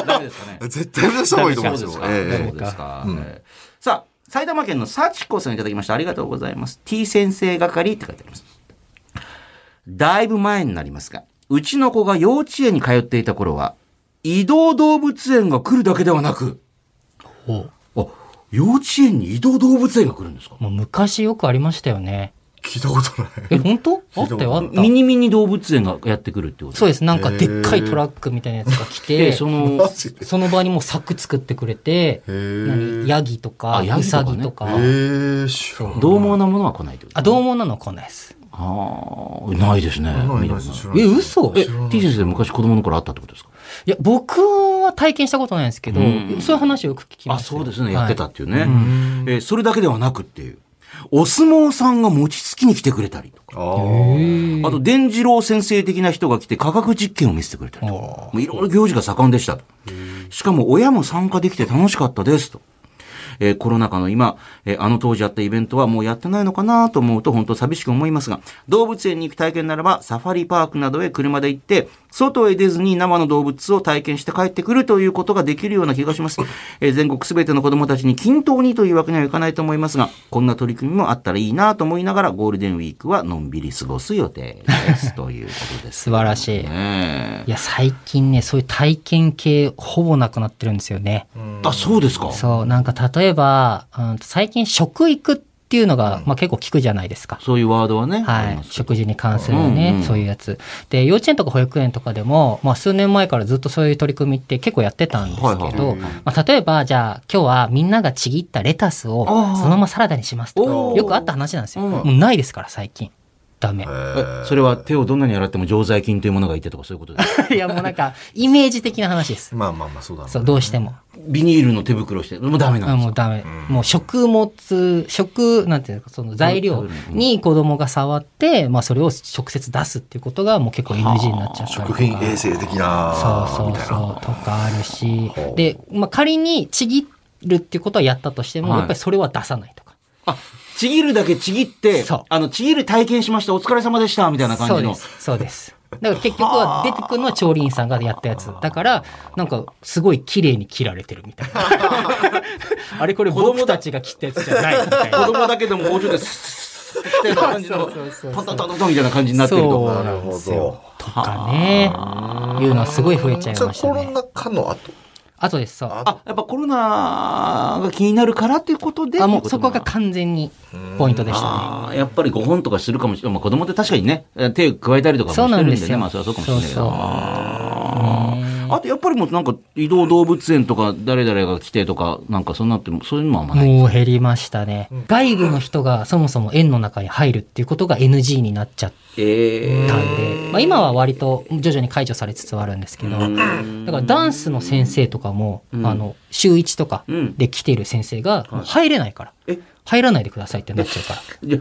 S1: ダメですかね。
S2: う。絶対やめさせた方がいいと思うんですよ。
S1: そうですか
S2: え
S1: そうですかええさあ、埼玉県の幸子さんいただきました。ありがとうございます。T 先生係って書いてあります。だいぶ前になりますが、うちの子が幼稚園に通っていた頃は、移動動物園が来るだけではなく、
S3: お
S1: あ、幼稚園に移動動物園が来るんですか
S3: もう昔よくありましたよね。
S2: え聞いたことない。
S3: え、本当あったよ、あった
S1: ミ。ニミニ動物園がやってくるってこと
S3: そうです。なんか
S2: へー
S3: でっかいトラックみたいなやつが来
S1: で
S3: て、
S1: そ
S3: そ
S1: の
S2: マ、ジで。
S3: の場にもう柵作ってくれて、
S2: へ
S3: 何ヤギとか
S1: あ、ヤ
S3: ウ
S1: ギとか
S3: サ
S1: ね
S3: ギとか。
S2: え。え、知らない。
S1: 獰猛なものは来ないってこと
S3: あ、どうもなの来ないです。
S1: ああ、ないですね。
S2: ない
S1: 見たことな
S2: ない
S1: い
S2: 知らない
S3: え、嘘
S1: え、T 先生昔子供の頃あったってことですか
S3: いや、僕は体験したことないんですけど、
S1: うん
S3: そういう話をよく聞きま
S1: あ、
S3: す。
S1: そうですね。やってた
S3: は
S1: っていうね。えーそれだけではなくっていう。お相撲さんが餅つきに来てくれたりとか。
S2: あー
S1: あと、伝次郎先生的な人が来て科学実験を見せてくれたりとか。もういろいろ行事が盛んでしたと。しかも、親も参加できて楽しかったですと。えーコロナ禍の今、えーあの当時あったイベントはもうやってないのかなと思うと本当寂しく思いますが、動物園に行く体験ならば、サファリパークなどへ車で行って、外へ出ずに生の動物を体験して帰ってくるということができるような気がします。えー全国すべての子供たちに均等にというわけにはいかないと思いますが、こんな取り組みもあったらいいなと思いながら、ゴールデンウィークはのんびり過ごす予定です。ということで
S3: い。
S1: す
S3: 素晴らしい。い
S1: ね。
S3: や、最近ね、そういう体験系、ほぼなくなってるんですよね。
S1: あ、そうですか。
S3: そう、なんか例えば、うん、最近食育っていうのが、まあ結構聞くじゃないですか。
S1: そういうワードはね。あ
S3: は
S1: りま
S3: い。
S1: す
S3: 食事に関するね、
S1: うんうん
S3: そういうやつ。で、幼稚園とか保育園とかでも、まあ数年前からずっとそういう取り組みって結構やってたんですけど、
S1: はいはい
S3: まあ例えば、じゃあ今日はみんながちぎったレタスを
S1: あー
S3: そのままサラダにしますとか
S1: おー
S3: よくあった話なんですよ。
S1: うん
S3: もうないですから、最近。ダメ。
S1: えそれは手をどんなに洗っても常在菌というものがいてとかそういうことですか
S3: <laughs> いや、もうなんか、イメージ的な話です。
S2: まあまあまあ、そうだろ
S3: そう、
S2: ね
S3: どうしても。
S1: ビニールの手袋をして、もうダメなん
S3: あ
S1: です
S3: も
S1: か
S3: うダメ。もう食物、食、なんていうか、その材料に子供が触って、まあそれを直接出すっていうことがもう結構 NG になっちゃったりとか。
S2: 食品衛生的な。
S3: そうそう
S2: みたいな
S3: そうとかあるし
S2: ほう
S3: で、まあ、仮にちぎるっていうことはやったとしても、
S1: はい
S3: やっぱりそれは出さないとか
S1: あ、ちぎるだけちぎって
S3: そう、
S1: あの、ちぎる体験しました、お疲れ様でした、みたいな感
S3: そう
S1: じ
S3: で
S1: の。
S3: すそうですだから結局は出てくるのは調理員さんがやったやつ。だから、なんかすごい綺麗に切られてるみたいな。あれこれ
S1: 子供だ
S3: 僕たちが切ったやつじゃないみたい
S1: 子
S3: な。
S1: 供だけでも包丁でスッスッスッみたいな感じの
S3: そうそうそうそう
S1: トントントントンみたいな感じになってる
S3: そう
S1: と
S3: なんです
S2: なる
S3: よ
S2: ほ。
S3: とかね。いうのはすごい増えちゃい
S2: じゃあ
S3: ました
S2: コロ
S3: ね。
S2: ナ禍の後。
S3: あとです、そう。
S2: あ
S1: あやっぱコロナが気になるからっていうことで
S3: あ、も
S1: って
S3: う
S1: と
S3: そこ
S1: な
S3: が完全にポイントでしたね。
S1: あーやっぱりご本とかするかもしれない。まあ、子供って確かにね、えー手を加えたりとかもしてるんでね。
S3: そうなんですよ
S1: まあ、それはそうかもしれないけど。
S3: そうそう
S1: あーあと、やっぱりもうなんか、移動動物園とか、誰々が来てとか、なんかそんなっても、そういうのもあんまない。
S3: もう減りましたね。外部の人がそもそも園の中に入るっていうことが NG になっちゃっ
S1: え
S3: たんで、まあ、今は割と徐々に解除されつつはあるんですけど、だからダンスの先生とかも、あの、週1とかで来てる先生が、もう入れないから、
S1: え
S3: 入らないでくださいってなっちゃうか
S1: いや、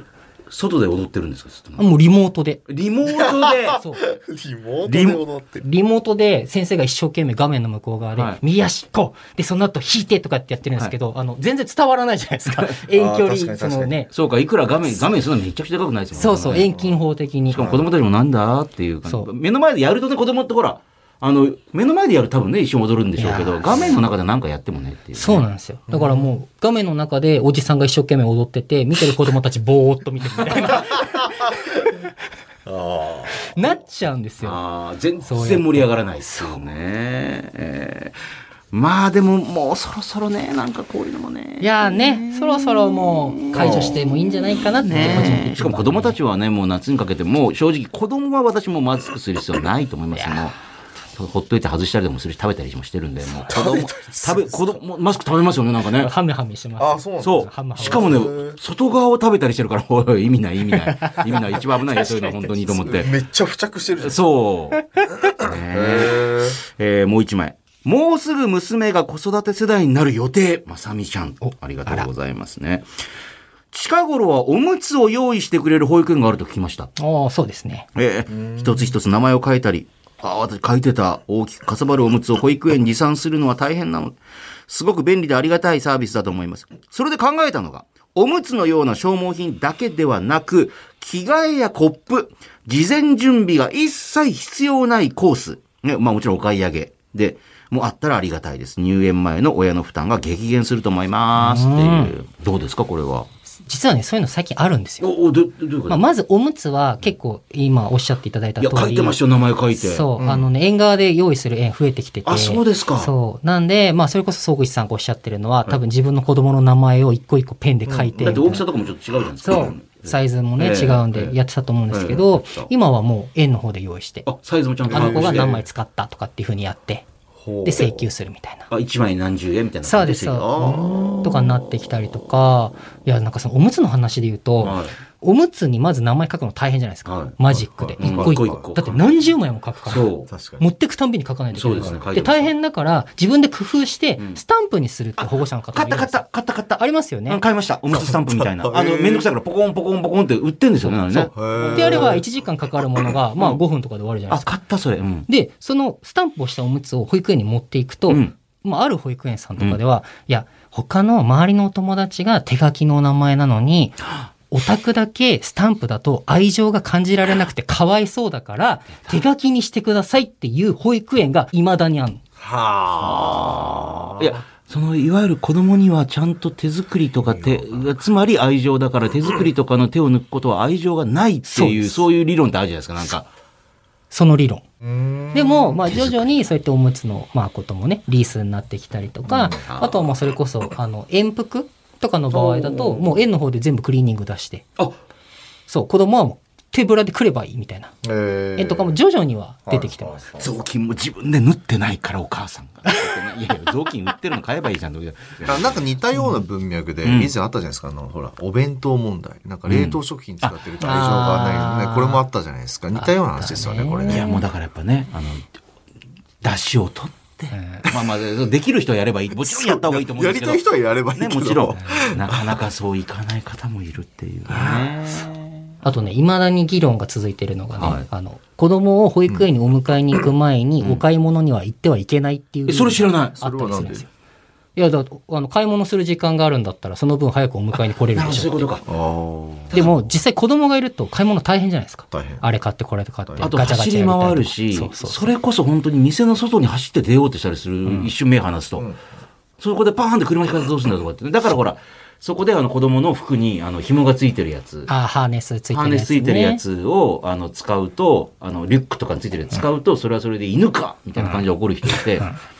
S1: 外で踊ってるんですかずっと
S3: ら、もうリモートで。
S1: リモートで
S3: <laughs> そう
S2: リモートで踊ってる。
S3: リモートで先生が一生懸命画面の向こう側で、
S1: はい
S3: 右足こうでその後引いてとかってやってるんですけど、あの全然伝わらないじゃないですか遠距
S2: あー確か
S3: 離
S2: に
S3: そのね
S1: そうか、いくら画面、画面そんなめちゃくちゃ高くないです
S3: そ
S1: もん
S3: う
S1: ね。
S3: そう遠近法的に
S1: しかも子供たちもなんだっていう感じ
S3: そう
S1: 目の前でやるとね、子供ってほら、あの、目の前でやると多分ね、一緒に踊るんでしょうけ
S3: い
S1: ど、
S3: やー
S1: 画面の中で何かやってもねっていうね。
S3: そうなんですよだからもう画面の中でおじさんが一生懸命踊ってて見てる子供たちぼーっと見てるみた
S1: <laughs>
S3: いな
S2: あ
S3: なっちゃうんですよ
S1: ああ、全
S3: そうやっ
S1: 然
S3: て
S1: 盛り上がらないですよね。えーまあでももうそろそろね、なんかこういうのもね。
S3: いやーねそろそろもう解除してもいいんじゃないかなって個人的
S1: ね
S3: に
S1: しかも子供たちはね、もう夏にかけて、もう正直子供は私もマスクする必要ないと思いますよもうほっといて外したりでもするし、食べたりもしてるんで、もう子供、食べ、子供、マスク食べますよね、なんか <laughs> ね。
S3: ハメハメしてます
S2: あ、あそうなんだ
S1: そ
S3: ハムハ
S1: う。
S3: ム
S1: しかもね
S2: へー、
S1: 外側を食べたりしてるから、 <laughs> おいおい、意味ない、意味ない。意味ない、一番危ないよ、そういうの、本当にと思って。
S2: めっちゃ付着してるじゃん。
S1: そう。ねええーもう一枚。もうすぐ娘が子育て世代になる予定。まさみちゃん。ありがとうございますね。近頃はおむつを用意してくれる保育園があると聞きました。
S3: おーそうですね
S1: ええ一つ一つ名前を書いたり、あ、私書いてた大きくかさばるおむつを保育園に持参するのは大変なの。すごく便利でありがたいサービスだと思います。それで考えたのが、おむつのような消耗品だけではなく、着替えやコップ、事前準備が一切必要ないコース。ね、まあもちろんお買い上げで、もうあったらありがたいです。入園前の親の負担が激減すると思います。っていう。どうですか、これは。
S3: 実はねそういうの最近あるんですよ
S1: お、お、ど、どういうこ
S3: まあ、まずおむつは結構今おっしゃっていただいた
S1: い
S3: 通
S1: や、
S3: り。
S1: 書いてましたよ、名前書いて。
S3: そう、あのね、縁側で用意する縁増えてきてて。
S1: あそうですか
S3: そう。なんで、まあ、それこそ総口さんがおっしゃってるのは、多分自分の子供の名前を一個一個ペンで書いて。
S1: だって大きさとかもちょっと違うじゃないですか。
S3: そう。サイズもね、
S1: ええ
S3: 違うんでやってたと思うんですけど、
S1: ええ
S3: 今はもう縁の方で用意して、
S1: あ、サイズもちゃんと
S3: あの子が何枚
S1: つ
S3: 使ったとかっていうふうにやって、
S2: ほう
S3: で、請求するみたいな。
S1: あ、1枚何十円みたいな
S3: そう
S1: 感
S3: で
S1: じ
S3: す、
S1: よ
S3: そう。とかになってきたりとか、いや、なんかそのおむつの話で言うと、
S1: はい
S3: おむつにまず名前書くの大変じゃないですか。
S1: はい
S3: マジックで。
S1: はい
S3: 一個一個。
S1: 一個一個
S3: だって何十枚も書くから。
S1: そう。
S2: 確かに。
S3: 持ってくたんびに書かないといけないから
S1: そうですね書いて
S3: で
S1: ます
S3: 大変だから自分で工夫してスタンプにするって保護者の方もい
S1: 買っ
S3: る
S1: た
S3: んで
S1: 買った、買
S3: すよ
S1: った買った。
S3: ありますよね
S1: うん買いました。おむつスタンプみたいな。
S2: 買った
S1: あの、めんどくさいからポコンポコンポコンって売ってんですよね、あれね。
S2: へ
S3: であれば1時間かかるものがまあ5分とかで終わるじゃない
S1: あ、
S3: ですか
S1: 買った、それ。うん。
S3: でそのスタンプをしたおむつを保育園に持っていくと、
S1: うん
S3: まあ、ある保育園さんとかでは、いや他の周りのお友達が手書きのお名前なのにお宅だけスタンプだと愛情が感じられなくてかわいそうだから手書きにしてくださいっていう保育園がいまだにあるの。
S2: はあ。
S1: いや、その、いわゆる子供にはちゃんと手作りとか手、つまり愛情だから手作りとかの手を抜くことは愛情がないって
S3: そう
S1: い
S3: で
S1: う、
S3: す
S1: そういう理論ってあるじゃないですか、なんか。
S3: その理論。
S2: うーん
S3: でも、まあ、徐々にそうやっておむつの、まあ、こともね、リースになってきたりとか、あとは、まあ、それこそ、あの、遠服とかの場合だと、もう園の方で全部クリーニング出して、
S1: あ、
S3: そう、子供はもう手ぶらで来ればいいみたいな、
S2: えー
S3: えとかも徐々には出てきてます。
S2: はい
S1: 雑巾も自分で縫ってないから、お母さんが。 <laughs> いやいや、雑巾売ってるの買えばいいじゃん、どうや
S2: ななんか似たような文脈で、以
S1: ん
S2: 前あったじゃないですか、あの、ほら、お弁当問題。なんか冷凍食品使ってると愛情がない、
S3: あ
S2: ね。これもあったじゃないですか。似たような話ですよね、これ
S1: い
S2: ね。
S1: やもうだからやっぱねあの出汁を取って、まあまあできる人はやればいいもちろんやった方がいいと思うん
S2: や
S1: ですけど
S2: りたい人はやればいいけ
S1: ね
S2: ど。
S1: もちろんなかなかそういかない方もいるっていうね
S3: <laughs> あとね、いまだに議論が続いてるのがね、
S1: はい
S3: あの、子供を保育園にお迎えに行く前に、お買い物には行ってはいけないっていう、
S1: えそれ知らない
S3: あったりするんですよ。いやだあの買い物する時間があるんだったらその分早くお迎えに来れるでしょ
S1: ことか。
S2: ああ。
S3: でも実際子供がいると買い物大変じゃないですか
S2: 大変
S3: あれ買ってこれ買って
S2: あ
S1: あと
S3: ガチャガ
S1: 走
S3: チャ
S1: り
S3: やりたいとか
S1: 回るし、
S3: そ
S1: そう
S3: そう
S1: れこそ本当に店の外に走って出ようとしたりする、一瞬目離すと、そこでパーンって車引かれてどうするんだとかって、だからほら、そこであの子供の服にあの紐がついてるやつ、
S3: あーハーネスついてるやつ、
S1: ハ
S3: ね、
S1: ーネスついてるやつをあの使うと、あのリュックとかについてるやつ使うと、それはそれで犬かみたいな感じで怒る人いて、 <laughs>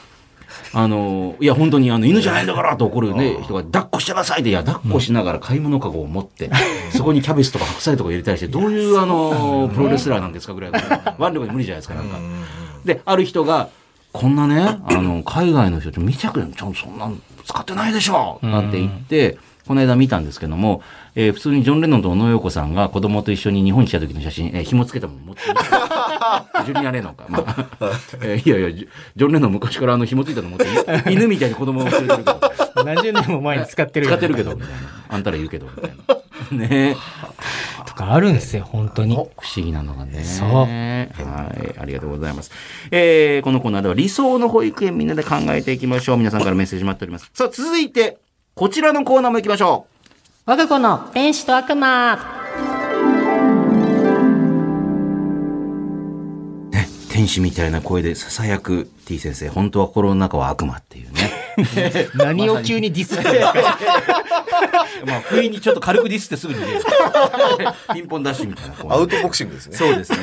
S1: あの、いや本当にあの犬じゃないんだからと怒るね、人が抱っこしてくださいって、いや抱っこしながら買い物かごを持って、そこにキャベツとか白菜とか入れたりして、どういうあの、プロレスラーなんですかぐらいの、腕力で無理じゃないですか、なんか。で、ある人が、こんなね、あの、海外の人ちょ、見てくれ、ちょ、そんなん使ってないでしょなんて言って、この間見たんですけども、えー普通にジョン・レノンと小野洋子さんが子供と一緒に日本に来た時の写真、えー紐つけたもの持ってみ <laughs> たジュニア・レノンか。まあ、えーいやいや、ジョジョン・レノン昔からあの紐ついたの持って、犬 <laughs> みたいに子供を連れてるけど、
S3: 何十年も前に使ってる
S1: 使ってるけど、みたいな。あんたらいるけど、みたいな。ねえ
S3: とかあるんですよ本当に
S1: 不思議なのがね。
S3: そう
S1: はい。ありがとうございます。えー、このコーナーでは理想の保育園みんなで考えていきましょう。皆さんからメッセージ待っております。さあ、続いて、こちらのコーナーも行きましょう。
S3: 我が子の天使と悪魔
S1: 天使みたいな声で囁く T 先生、本当は心の中は悪魔っていうね。
S3: 何を急にディスってるんですか
S1: <laughs> まあ、不意にちょっと軽くディスってすぐに <laughs> 出る。ピンポンダッシュみたいなコーナ
S2: ア
S1: ー
S2: ウトボクシングですね。
S1: そうですね。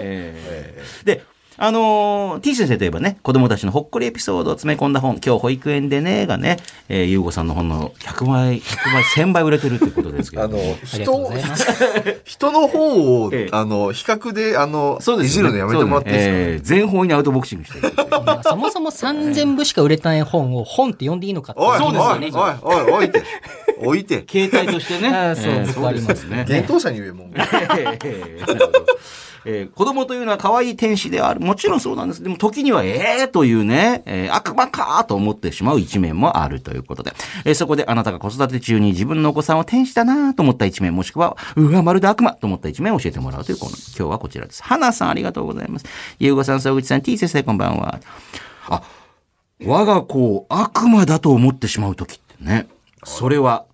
S1: えーで、あのー、T 先生といえばね、子供たちのほっこりエピソードを詰め込んだ本、今日保育園でね、がね、えー、ゆうごさんの本の100倍、100倍、1000倍売れてるということですけ
S2: <laughs> あ
S1: ど、
S2: の、
S3: ありがとうご
S2: 人
S3: ざい、ます
S2: 人の方を
S1: ええ、
S2: あの、比較で、あの、
S1: そうで
S2: い
S1: す
S2: じるのやめてもらっていいですか
S1: えー全方位にアウトボクシングしてる。
S3: <laughs> まあそもそも3000部しか売れたい本を本って呼んでいいのかって
S2: おい、
S1: そうです
S2: お
S1: よね
S2: い、おい、おい、置
S1: <laughs>
S2: いて。置いて。
S1: 携帯としてね。
S3: あーそ
S1: <laughs>
S3: う
S1: えー
S3: そうありますね
S2: 厳冬者に言えもん。
S1: <laughs> えーなるほどえー子供というのは可愛い天使である。もちろんそうなんです。でも時には、ええー、というね、えー悪魔かーと思ってしまう一面もあるということで、えーそこであなたが子育て中に自分のお子さんを天使だなーと思った一面、もしくは、うわ、まるで悪魔と思った一面を教えてもらうというコーナー。今日はこちらです。花さんありがとうございます。ゆうごさん、総口さん、T 先生こんばんは。あ、我が子を悪魔だと思ってしまう時ってね。それは、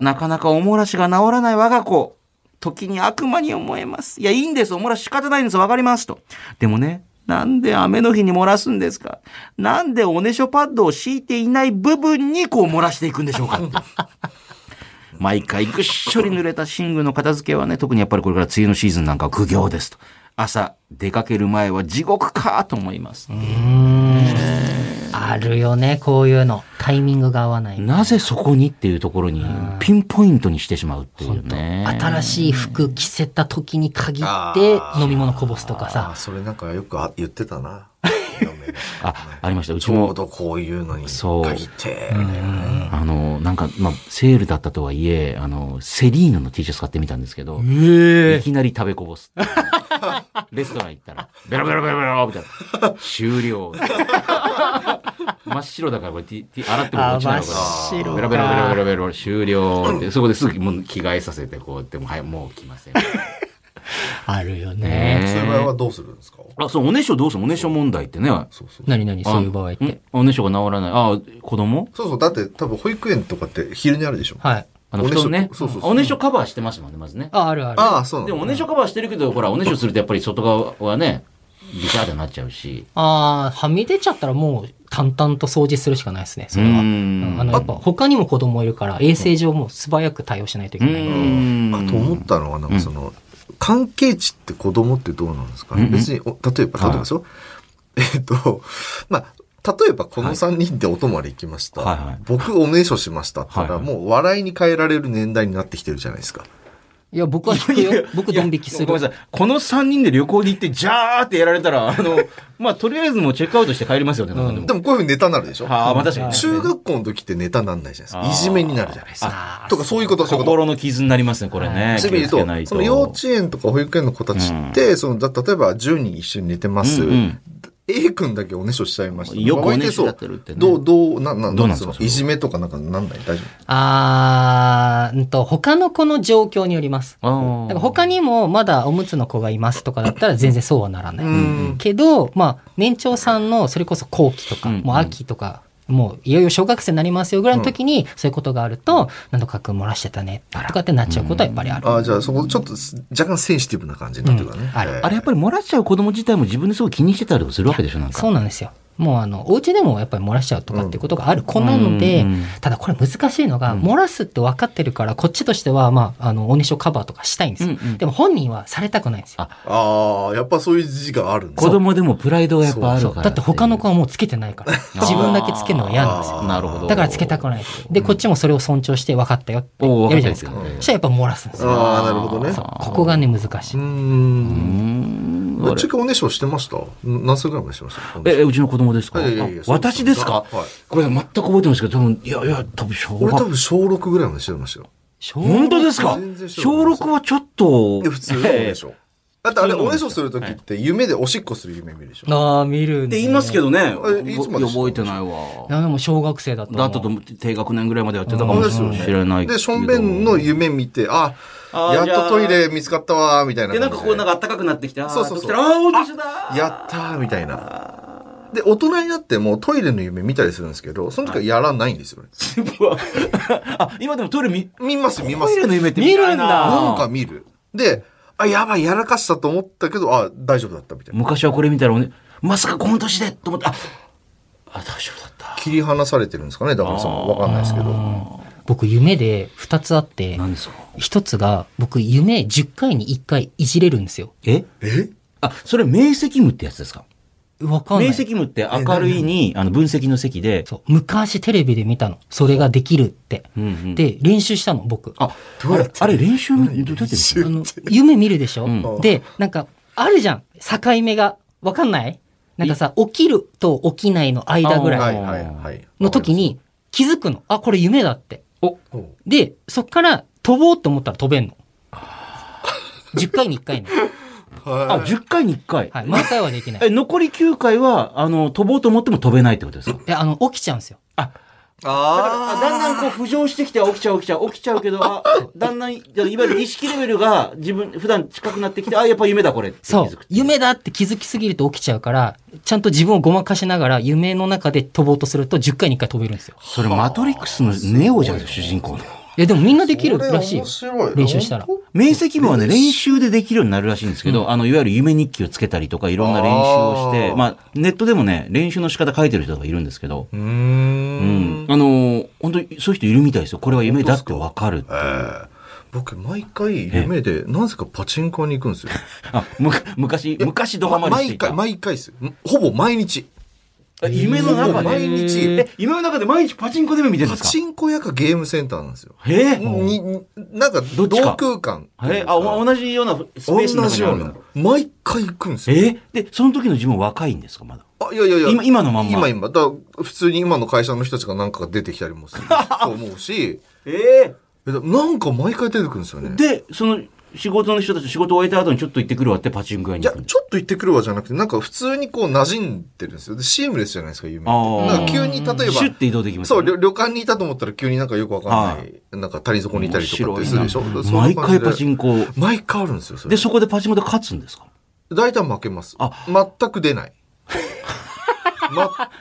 S1: なかなかおもらしが治らない我が子。時に悪魔に思えます。いや、いいんです。おもらし仕方ないんです。わかります。と。でもね、なんで雨の日に漏らすんですかなんでおねしょパッドを敷いていない部分にこう漏らしていくんでしょう <laughs> かっていう毎回ぐっしょり濡れた寝具の片付けはね、特にやっぱりこれから梅雨のシーズンなんかは苦行ですと。朝、出かける前は地獄かと思います。
S3: あるよねこういうのタイミングが合わない
S1: なぜそこにっていうところに、ピンポイントにしてしまうっていうね。
S3: 新しい服着せた時に限って飲み物こぼすとか
S2: あ
S3: さ
S2: あ、それなんかよくあ言って
S1: <laughs>
S2: たな。嫁が
S1: あ、ありました。うち
S2: ちょ
S1: も
S2: う、どこういうのに
S1: そう
S2: 限って、みたいなね
S1: あの、なんか、まあ、セールだったとはいえ、あの、セリーヌの T シャツ買ってみたんですけど、いきなり食べこぼす。 <laughs> レストラン行ったら、ベロベロベロベロみたいな。終了。真っ白だからこれ、T、T 洗っても落ちないの
S3: あ真っ
S1: から。
S3: 白か
S1: ベロベロベロベロベロ終了って、そこですぐもう着替えさせて、こう、でも、はい、もう来 <laughs> ません。
S3: あるよね
S2: そういう場合はどうするんですか
S1: あ、そう、おねしょどうするおねしょ問題ってね。
S2: そうそう。
S3: 何何そういう場合って
S1: あんおねしょが治らない。あ、子供
S2: そうそう、だって多分保育園とかって昼にあるでしょ。
S3: はい
S1: あの、布団ね
S2: おねしょ。そうそうそう
S1: おねしょカバーしてますもんね、まずね。
S3: ああるある
S2: ああ、そうなん
S1: で
S2: だ
S1: もおねしょカバーしてるけど、ほら、おねしょするとやっぱり外側はね、ビシャーってなっちゃうし。
S3: ああ、はみ出ちゃったらもう淡々と掃除するしかないですね、それは。
S1: う
S3: うんんあの、やっぱ他にも子供いるから、衛生上もう素早く対応しないといけない。
S1: う
S2: あと思ったのは、なんかその、関係値って子供ってどうなんですか
S1: う
S2: ね、
S1: ん
S2: 別に、お例えば、例えばですよ。 <laughs> えっと、まあ、例えばこの3人でお泊まり行きました。
S1: はいはい
S2: 僕おねしょしましたったら、
S1: はいはい
S2: もう笑いに変えられる年代になってきてるじゃないですか。
S3: いや、僕は引くよ。僕ドン引きする。
S1: ごめんなさい。この3人で旅行に行って、ジャーってやられたら、あ <laughs> の、まあ、とりあえずもうチェックアウトして帰りますよね、なんかでも
S2: でもこういうふうにネタになるでしょ
S1: はあ、まあ確かにね。
S2: 中学校の時ってネタになんないじゃないです
S1: あー
S2: か。いじめになるじゃないですか。とかそういうこと、そういうこと。
S1: 心の傷になりますね、これね。
S2: そういう意
S1: 気を
S2: 味で
S1: つけ
S2: 言
S1: ないうと
S2: と、その幼稚園とか保育園の子たちって、その、だ例えば10人一緒に寝てます。
S1: うんうん
S2: A 君だけおねしょしちゃいました。
S1: よく
S2: まあ
S1: おねしょ
S2: 割とそう
S1: やってるってね
S2: どう、どう、な、
S1: どうな
S2: な、
S1: ん
S2: な
S1: です
S2: そ
S1: か
S2: の
S1: それはい
S2: じめとかなんかなんない大丈夫
S3: あー、うんと、他の子の状況によります。
S1: あー
S3: だから他にもまだおむつの子がいますとかだったら全然そうはならない。
S2: ん
S3: けど、まあ、年長さんのそれこそ後期とか、
S1: うん
S3: もう秋とか、もういよいよ小学生になりますよぐらいの時に、そういうことがあると、なんとかくん漏らしてたね、とかってなっちゃうことはやっぱりある。
S2: ああ、じゃあそこちょっとす若干センシティブな感じになってるからね。
S3: うんある
S2: ええ
S1: あれやっぱり漏らしちゃう子供自体も自分ですごい気にしてたりもするわけでしょなんか。
S3: そうなんですよ。もうあの、お家でもやっぱり漏らしちゃうとかっていうことがある子なので、
S1: うん
S3: ただこれ難しいのが、漏らすって分かってるから、こっちとしては、まあ、あの、おねしょカバーとかしたいんですよ。
S1: うんうん
S3: でも本人はされたくないんですよ。
S1: あ
S2: ああ、やっぱそういう字があるんだ
S1: 子供でもプライドがやっぱある
S3: そう
S1: から。
S3: だって他の子はもうつけてないから、自分だけつけるのは嫌なんですよ。
S2: あー
S1: なるほど。
S3: だからつけたくない。で、こっちもそれを尊重して分かったよってや
S1: おー
S3: るじゃないですか。
S1: 分かったよ
S3: そしたらやっぱ漏らすんですよ。
S2: ああ、なるほどね。
S3: そう
S2: う
S3: ここがね、難し
S2: ー。
S3: い。
S1: うんん
S2: ぶっちゃけおねしょしてました何歳ぐらいまでしてました
S1: え、えうちの子供ですか
S2: いやいやいや
S1: あ
S2: そう
S1: 私ですか
S2: そうはい
S1: これ全く覚えてないですけど、多分、いやいや、多分小
S2: 俺多
S1: 学。
S2: 分小6ぐらいまでしてましたよ。
S1: 本当ですか
S2: 全然知らな
S1: 小
S2: い
S1: 6はちょっと。
S2: いや、普通のおねしょ。だってあれ、
S1: 普通の
S2: お
S1: おね
S2: ね
S1: し
S2: し
S1: ょ
S2: ょするときって夢でおしっこする夢見るでしょ。
S3: ああ、見る
S1: っ
S3: ん
S1: て言いますけ
S3: ど。
S1: どね。
S2: えいつまで
S1: 覚えてないわ。
S3: あでも小学生だった
S1: だったと思う低学年ぐらいまでやってたかもしれないけど。
S2: で、しょんべんの夢見て、あ、
S1: あー
S2: やっとトイレ見つかったわ、みたいな
S1: で、
S2: 感じで。
S1: なんかこう、なんか暖かくなってきて、あー
S2: そうそうそう
S1: 起きたらあー、お年だー
S2: やったー、みたいな。で、大人になってもトイレの夢見たりするんですけど、その時はやらないんですよね。
S1: <laughs> あ、今でもトイレ見、
S2: 見ます、見ま
S1: トイ
S2: す。
S1: レの夢ってたい
S3: 見るんだ
S2: なんか見る。で、あ、やばい、やらかしたと思ったけど、あ、大丈夫だった、みたいな。
S1: 昔はこれ見たらね、まさかこの年でと思って、あ、あ、大丈夫だった。
S2: 切り離されてるんですかね、だからその、わかんないですけど。
S3: 僕、夢で2つあって、
S1: 何ですか
S3: 一つが、僕、夢10回に1回いじれるんですよ。
S1: え
S2: え
S1: あ、それ明晰夢ってやつですか
S3: わかんな
S1: 明
S3: い。
S1: 晰夢って明るいに、あの、分析の席で、
S3: そう昔テレビで見たの。それができるって。
S1: うんうん
S3: で、練習したの、僕。
S1: あ、あれ、あれ練習、どうやってやってる
S3: あの、夢見るでしょ、
S1: ん
S3: で、なんか、あるじゃん。境目が。わかんないなんかさ、起きると起きないの間ぐ
S2: は
S3: ら
S2: い
S3: い
S2: はいはい。
S3: の時に気づくの。あ、これ夢だって。
S1: お、
S2: わかります。
S3: で、そっから飛ぼうと思ったら飛べんの。10回に1回ね。
S1: あ、
S2: はい。
S1: 10回に1回。
S3: はい。毎回はできない。
S1: え、残り9回は、あの、飛ぼうと思っても飛べないってことですか
S3: で、あの、起きちゃうんですよ。
S1: だから
S2: あ
S1: あ
S2: あ。
S1: だんだんこう浮上してきて、起きちゃう起きちゃう、起きちゃうけど、あ、だんだん、いわゆる意識レベルが自分、普段近くなってきて、あ、やっぱ夢だこれって気
S3: そ
S1: づ
S3: う
S1: く。。
S3: 夢だって気づきすぎると起きちゃうから、ちゃんと自分をごまかしながら夢の中で飛ぼうとすると10回に1回飛べるんですよ。
S1: それマトリックスのネオじゃないですか、主人公の。
S3: いや、でもみんなできるらしいよ
S2: 面。白い。
S3: 練習したら
S2: 本
S1: 明晰夢はね、練習でできるようになるらしいんですけど、あの、いわゆる夢日記をつけたりとか、いろんな練習をして、
S2: あー
S1: まあ、ネットでもね、練習の仕方書いてる人がいるんですけど、
S2: 当うー
S1: うん
S2: ん。。
S1: あのー本当にそういう人いるみたいですよ。これは夢だってわかるっていう。
S2: ええ僕、毎回夢で、なぜかパチンコ屋に行く
S1: <laughs>
S2: んですよ。
S1: あ、む、昔、昔ドハマりして
S2: 毎
S1: いた
S2: 回、。毎回ですよ。ほぼ毎日。
S1: え夢の中
S2: ほぼ
S1: で。
S2: 毎日、
S1: え、夢の中で毎日パチンコでも見てるん
S2: パ
S1: ですか
S2: チンコ屋かゲームセンターなんですよ。
S1: えー
S2: に、になんか、
S1: どっ
S2: 同
S1: ちか
S2: 空間。
S1: えあ、お同じようなスペースの
S2: 同
S1: 中
S2: じ
S1: にあ
S2: よ
S1: る
S2: う
S1: の
S2: な。毎回行くんですよ。
S1: えで、その時の自分は若いんですか、まだ。
S2: あ、いやいやいや。
S1: 今今のまんま
S2: 今今。だから普通に今の会社の人たちがなんかが出てきたりもすると思うし、
S1: え
S2: えだなんか毎回出てくるんですよね。
S1: で、その、仕事の人たち仕事終えた後にちょっと行ってくるわってパチンコ屋に
S2: いや、
S1: 行
S2: ち
S1: く
S2: ょ
S1: んで
S2: っ
S1: す。
S2: と行ってくるわじゃなくて、なんか普通にこう馴染んでるんですよ。で、シームレスじゃないですか、夢って。
S1: あー
S2: なんか急に、例え
S1: シュッ
S2: ば、
S1: て移動できます
S2: そ
S1: よ
S2: う、
S1: ね、
S2: 旅旅館にいたと思ったら急になんかよくわかんな、
S1: はい
S2: なんか谷底にいたりとかってする
S1: 面
S2: でしょ
S1: 白いな
S2: そんな感
S1: 毎
S2: じで
S1: 回パチンコを。
S2: 毎回あるんですよ、それ
S1: で、。そこでパチンコで勝つんですか
S2: 大体負けます
S1: あ。
S2: 全く
S1: <laughs>
S2: 出ない。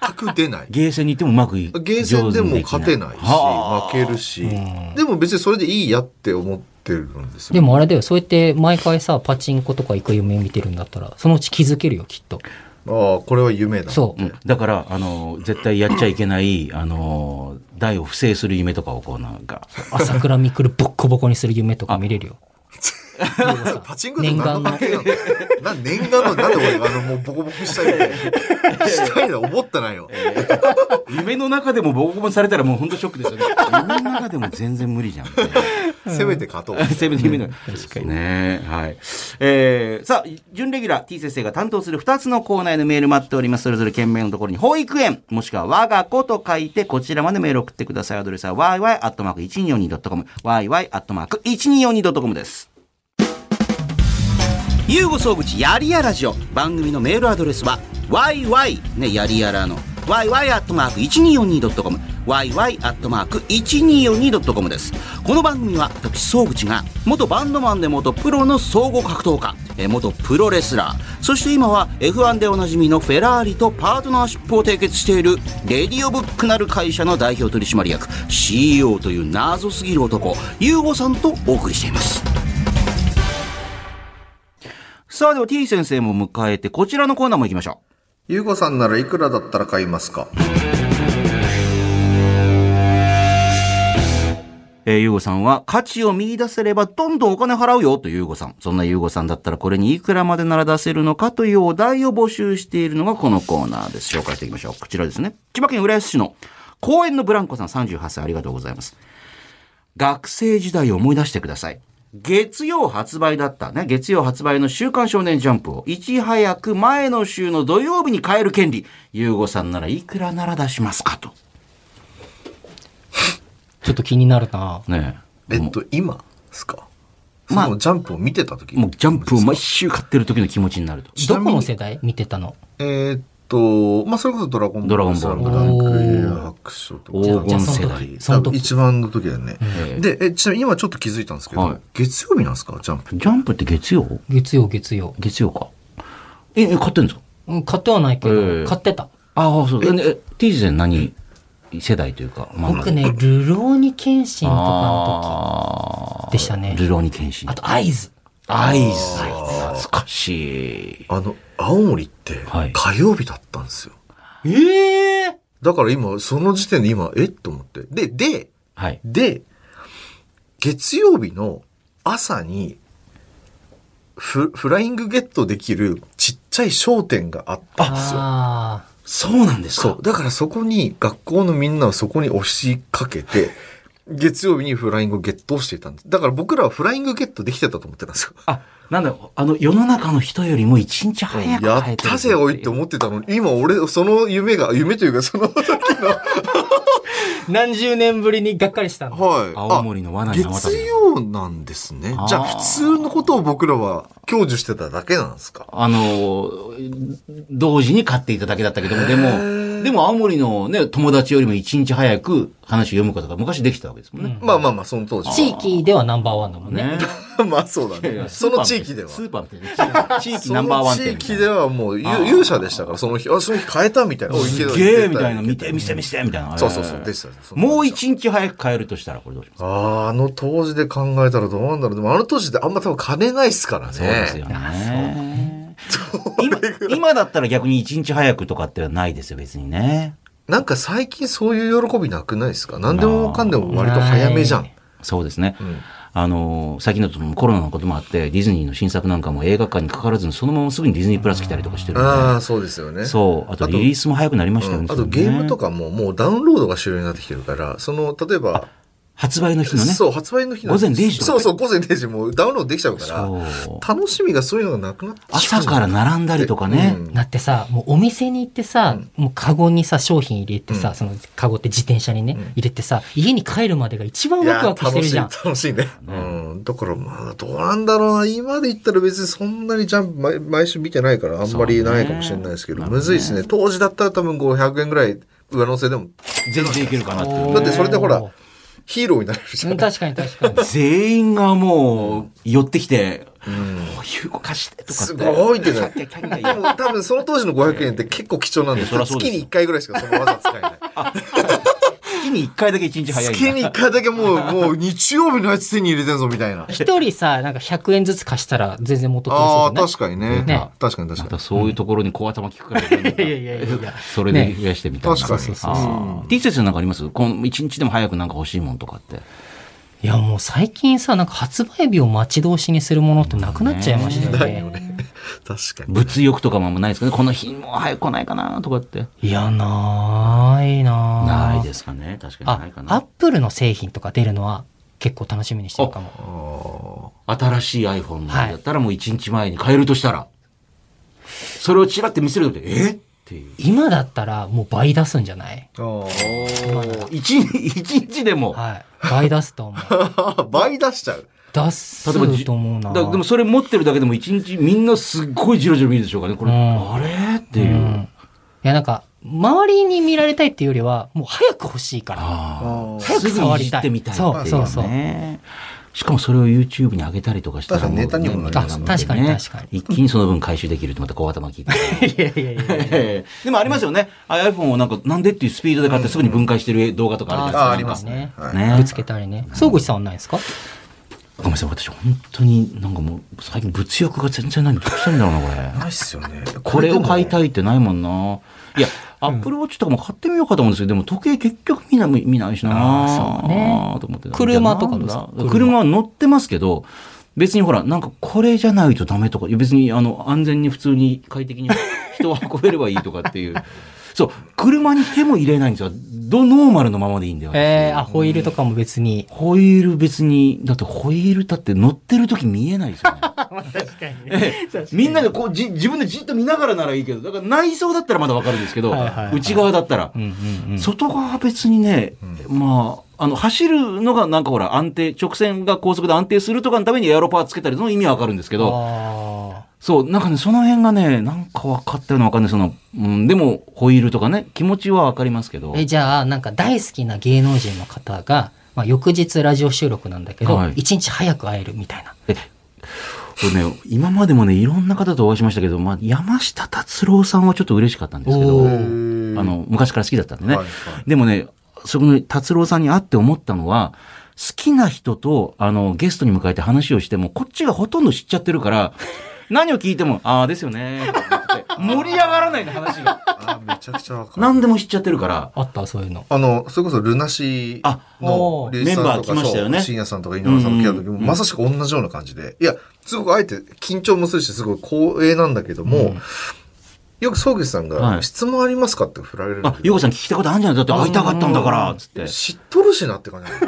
S2: 全く出ない。
S1: ゲーセンに行ってもうまくい
S2: ゲーセンでも勝てないし、
S1: はあ
S2: 負けるし、でも別にそれでいいやって思ってるんです
S3: で
S2: よ。
S3: もあれだよ、そうやって毎回さ、パチンコとか行く夢見てるんだったら、そのうち気づけるよ、きっと。
S2: ああ、これは夢だ。
S1: <laughs>
S3: そう。
S1: うんだから、あの、絶対やっちゃいけない、あの、台を不正する夢とかをこうなんか、
S3: 朝倉未来ボッコボコにする夢とか見れるよ。
S2: <laughs> パチンコって何の関係なのな念願の、なんで俺、あの、もうボコボコしたいみたいな。したいな、思ったなよ。
S1: <laughs> 夢の中でもボコボコにされたらもう本当ショックですよね。夢の中でも全然無理じゃん。
S2: せめて勝とう。
S1: <laughs> セブンティーンの。確かに。ねはい。えー、さあ、準レギュラー T 先生が担当する2つのコーナーへのメール待っております。それぞれ件名のところに、保育園、もしくは我が子と書いて、こちらまでメールを送ってください。アドレスは yy.1242.com、yy.1242.com です。ゆうご総口やりやラジオ番組のメールアドレスは yy ねやりやらの yy.1242.com yy.1242.com ですこの番組は私総口が元バンドマンで元プロの総合格闘家えー元プロレスラーそして今は F1 でおなじみのフェラーリとパートナーシップを締結しているレディオブックなる会社の代表取締役 CEO という謎すぎる男ユーゴさんとお送りしていますさあでは T 先生も迎えてこちらのコーナーも行きましょう
S2: ゆうごさんならいくらだったら買いますか
S1: えー、ゆうごさんは価値を見出せればどんどんお金払うよというゆうごさん。そんなゆうごさんだったらこれにいくらまでなら出せるのかというお題を募集しているのがこのコーナーです。紹介していきましょう。こちらですね。千葉県浦安市の公園のブランコさん38歳ありがとうございます。学生時代を思い出してください。月曜発売だったね。月曜発売の週刊少年ジャンプをいち早く前の週の土曜日に変える権利。ゆうごさんならいくらなら出しますかと。
S3: ちょっと気になるな。
S1: ね
S2: えっと、今ですか
S1: まあ
S2: そのジャンプを見てた時
S1: もうジャンプを毎週買ってる時の気持ちになると。
S2: ち
S3: ど
S2: な
S3: こ
S2: みに
S3: の世代見てたの
S2: えーっと、まあ、それこそドラゴンボール、
S1: ドラゴンボール
S2: スラムダンク、エア白書と
S1: 黄
S2: か。
S1: 金世
S3: じゃあ
S1: 代。
S3: その時。
S2: 一番の時だよね。
S1: ええ
S2: で、え、ちなみに今ちょっと気づいたんですけど、
S1: はい
S2: 月曜日なんですかジャンプ。
S1: ジャンプって月曜
S3: 月曜、月曜。
S1: 月曜か。え、え買ってんですか
S3: うん、買ってはないけ
S1: ええ
S3: ど、買ってた。
S1: ああ、そう。え、え T 字ん何世代というか、漫画
S3: 僕ね、流浪に剣心とかの
S1: ああ
S3: 時でしたね。
S1: ルローニケンシン
S3: あ。と、合図。
S1: アイズ。懐かしい。
S2: あの、青森って
S1: はい、
S2: 火曜日だったんですよ。
S3: ええ
S2: だから今、その時点で今、えっと思って。で、で、
S1: はい。
S2: で、月曜日の朝に、フフライングゲットできるちっちゃい商店があったんですよ。
S3: あ
S1: そうなんです
S2: そう。だからそこに、学校のみんなはそこに押しかけて、月曜日にフライングゲットをしていたんです。だから僕らはフライングゲットできてたと思ってたんですよ。
S1: あ、なんだ、あの、世の中の人よりも一日早く
S2: や
S1: 帰
S2: っ
S1: ってる
S2: たぜ、おいって思ってたのに、今俺、その夢が、夢というか
S1: <laughs>
S2: その時の、
S3: あ。何十年ぶりにがっかりしたの。
S2: はい。
S1: 青森の罠にはまた
S2: 月曜なんですね
S1: あー。
S2: じゃあ普通のことを僕らは享受してただけなんですか
S1: あの、同時に買っていただけだったけども、でも、でも青森のね、友達よりも一日早く話を読むことが昔できたわけですもんね。
S2: まあまあまあ、その当時。
S3: 地域ではナンバーワンだもんね。
S1: ね
S2: <laughs> まあそうだ
S1: い <laughs> や
S2: ね。その地域では。
S1: スーパーみたいな。地域ナンバーワン
S2: そ
S1: 店
S2: の
S1: み
S2: 地
S1: たい
S2: 域
S1: な。
S2: ではもうゆ勇者でしたから、その日、あ、その日変えたみたいな。おいけた
S1: すげえみたいな。
S2: い
S1: 見
S2: け
S1: て、見せて見せてみたいな。
S2: そうそうそうでしたねそんな
S1: もう一日早く帰るとしたらこれどうします
S2: あーあの当時で考えたらどうなんだろう。でもあの当時ってあんま多分金ないっすからね。
S1: そうですよね。今今だったら逆に一日早くとかってはないですよ、別にね。
S2: なんか最近そういう喜びなくないですか何でもかんでも割と早めじゃん。
S1: そうですね。
S2: うん
S1: あの、最近だとコロナのこともあって、ディズニーの新作なんかも映画館にかからずに、そのまますぐにディズニープラス来たりとかしてるんで
S2: ああ、そうですよね。
S1: そう。あと
S2: あと
S1: リリースも早くなりましたよ
S2: う
S1: ね。
S2: んあとゲームと
S1: か。
S2: かももうダウンロードが主流になってきてるから、その、例えば、
S1: 発売の日のね。
S2: そう、発売の日の
S1: 午前0時とか
S2: そうそう、午前0時もうダウンロードできちゃうから
S1: そう、
S2: 楽しみがそういうのがなくなってきちゃう
S1: 朝から並んだりとかね。
S2: うん
S3: だってさ、もうお店に行ってさ、もうカゴにさ、商品入れてさ、そのカゴって自転車にね、入れてさ、家に帰るまでが一番
S2: い
S3: ワ
S2: や
S3: クワクしてるじゃん。
S2: 楽しい、楽しいね。うん。だからまあ、どうなんだろうな。今で言ったら別にそんなにジャンプ毎、毎週見てないから、あんまりないかもしれないですけど、
S1: そうね
S2: むずいですね。当時だったら多分500円ぐらい上乗せでも、
S1: 全然いけるかなっていうね。
S2: だってそれでほらヒーローになれるじ
S3: う
S2: ゃん。
S3: ん確かに
S1: <laughs>
S3: 確かに。
S1: 全員がもう、寄ってきて、おいゆうこ貸してとかって。
S2: すごいってな
S1: キャッキャッキャッキャッキ
S2: で
S1: ャッ
S2: も多分その当時の500円って結構貴重なんです
S1: いやそりゃそうですよ
S2: 月に1回ぐらいしかその技使えない。
S1: 月に一回だけ一日早いんだ。
S2: 月に1回だけ
S1: <laughs>
S2: もう、もう日曜日のやつ手に入れてんぞみたいな。
S3: 一人さ、なんか100円ずつ貸したら全然元取れ
S2: あ
S3: そ
S2: あ、
S3: うだね。
S2: 確かにね
S3: ね。
S2: 確かに確
S1: ま
S2: か
S1: た
S2: に。
S1: そういうところに小頭聞くからなんか。
S3: いやいやいやいや
S1: それで増やしてみたいな。
S2: ね確かに
S1: あー T 先生なんかありますこの一日でも早くなんか欲しいもんとかって。
S3: いやもう最近さ、なんか発売日を待ち遠しにするものってなくなっちゃいましたよね。
S2: 確かに。
S1: 物欲とかもないですかねこの日も早く来ないかなとかって。
S3: いや、ないなぁ
S1: ないですかね確かにな
S3: あ
S1: いか、
S3: アッ
S1: な。
S3: プルの製品とか出るのは結構楽しみにしてるかも。
S1: 新しい iPhone だったらもう一日前に買えるとしたら。それをちらって見せると、えっていう。
S3: 今だったらもう倍出すんじゃない
S1: 一日、一日でも。
S3: はい。倍出すと思う。
S2: ああ、 <laughs> 倍出しちゃう。
S3: 出
S1: 例えばじ
S3: すと思うな
S1: だでもそれ持ってるだけでも一日みんなすっごいじろじろ見るでしょうかねこれ、
S3: うん
S1: あれっていう、
S3: うんいや、なんか、周りに見られたいっていうよりは、もう早く欲しいから。
S1: ああ
S2: 早
S3: く
S1: すぐ
S3: 触
S1: い
S3: り
S1: じ
S3: たい
S1: ってみたいっていう
S3: そ
S1: ね
S3: うそうそう
S1: しかもそれを YouTube に上げたりとかしたら
S2: 確かにネタにもなります
S3: ねあ確かに確かに
S1: 一気にその分回収できるとまたこう <laughs> 頭聞いて
S3: いやいやいやいや。
S1: でもありますよね、あ iPhone をなんかなんでっていうスピードで買ってすぐに分解してる動画とかあるじゃ
S2: あ
S1: な
S2: あ
S1: い
S2: り
S1: ですか
S2: ますね。
S3: あー
S2: はい
S1: ね
S3: ぶつけたりね。総口さんはないですか
S1: ごめんなさい私本当になんかもう最近物欲が全然ないんどうしたらいいんだろうなこれ
S2: ないっすよね。
S1: これを買いた
S2: い。
S1: いってないもんな。いや、アップルウォッチとかも買ってみようかと思うんですけど、でも時計結局見な見見ないしな
S3: あーそうね
S1: と思って
S3: 車とかどう
S1: も
S3: ですか
S1: 車車は乗ってますけど、別にほら、なんかこれじゃないとダメとか、いや別にあの安全に普通に快適に
S3: <laughs>
S1: 人を運べればいいとかっていう。そう、車に手も入れないんですよ。ど、ノーマルのままでいいんだよ。
S3: えー、あ、ホイールとかも別に。
S1: ホイール別に、だってホイールだって乗ってる時見えないです
S3: <laughs>
S1: よね。ええみんなでこうじ自分でじっと見ながらならいいけど、だから内装だったらまだわかるんですけど、
S3: はいはいはい
S1: 内側だったら
S3: う。んうんうん。
S1: 外側は別にね、まあ、あの、走るのがなんかほら安定、直線が高速で安定するとかのためにエアロパーつけたり、その意味はわかるんですけど、
S3: あ
S1: そう、なんかね、その辺がね、なんか分かったような分かんない。その、うん、でも、ホイールとかね、気持ちはわかりますけど
S3: ー。え、じゃあ、なんか大好きな芸能人の方が、まあ、翌日ラジオ収録なんだけど、
S1: はい
S3: 一日早く会えるみたいな。
S1: えこれね、今までもね、いろんな方とお会いしましたけど、まあ、山下達郎さんはちょっと嬉しかったんですけど、
S3: お
S1: あ
S2: ー
S1: の、昔から好きだったんでね。
S2: はいはい
S1: でもね、そこの達郎さんに会って思ったのは、好きな人と、あの、ゲストに迎えて話をしても、こっちがほとんど知っちゃってる
S2: <laughs>
S1: から、何を聞いても、ああですよねって、盛り上がらないの話
S2: <laughs>
S1: が。
S2: あーめちゃくちゃわかる。
S1: 何でも知っちゃってるから、
S3: あったそういうの。
S2: あの、それこそルナシー
S3: あ
S2: のレイさん
S1: メ
S2: と
S1: ンバー来ま
S2: か、
S1: したよね
S2: そう深夜さんとか井上さんも来た時
S1: うん
S2: も、
S1: うん
S2: まさしく同じような感じで。いや、すごくあえて緊張もするし、すごい光栄なんだけども、よく宗口さん
S1: は
S2: が
S1: い
S2: 質問ありますかって振られるんだ
S1: あ
S2: け、
S1: よう
S2: ど
S1: こさん聞きたいことあるんじゃないだって会いたかったんだから、つって。
S2: 知っとるしなって感じなの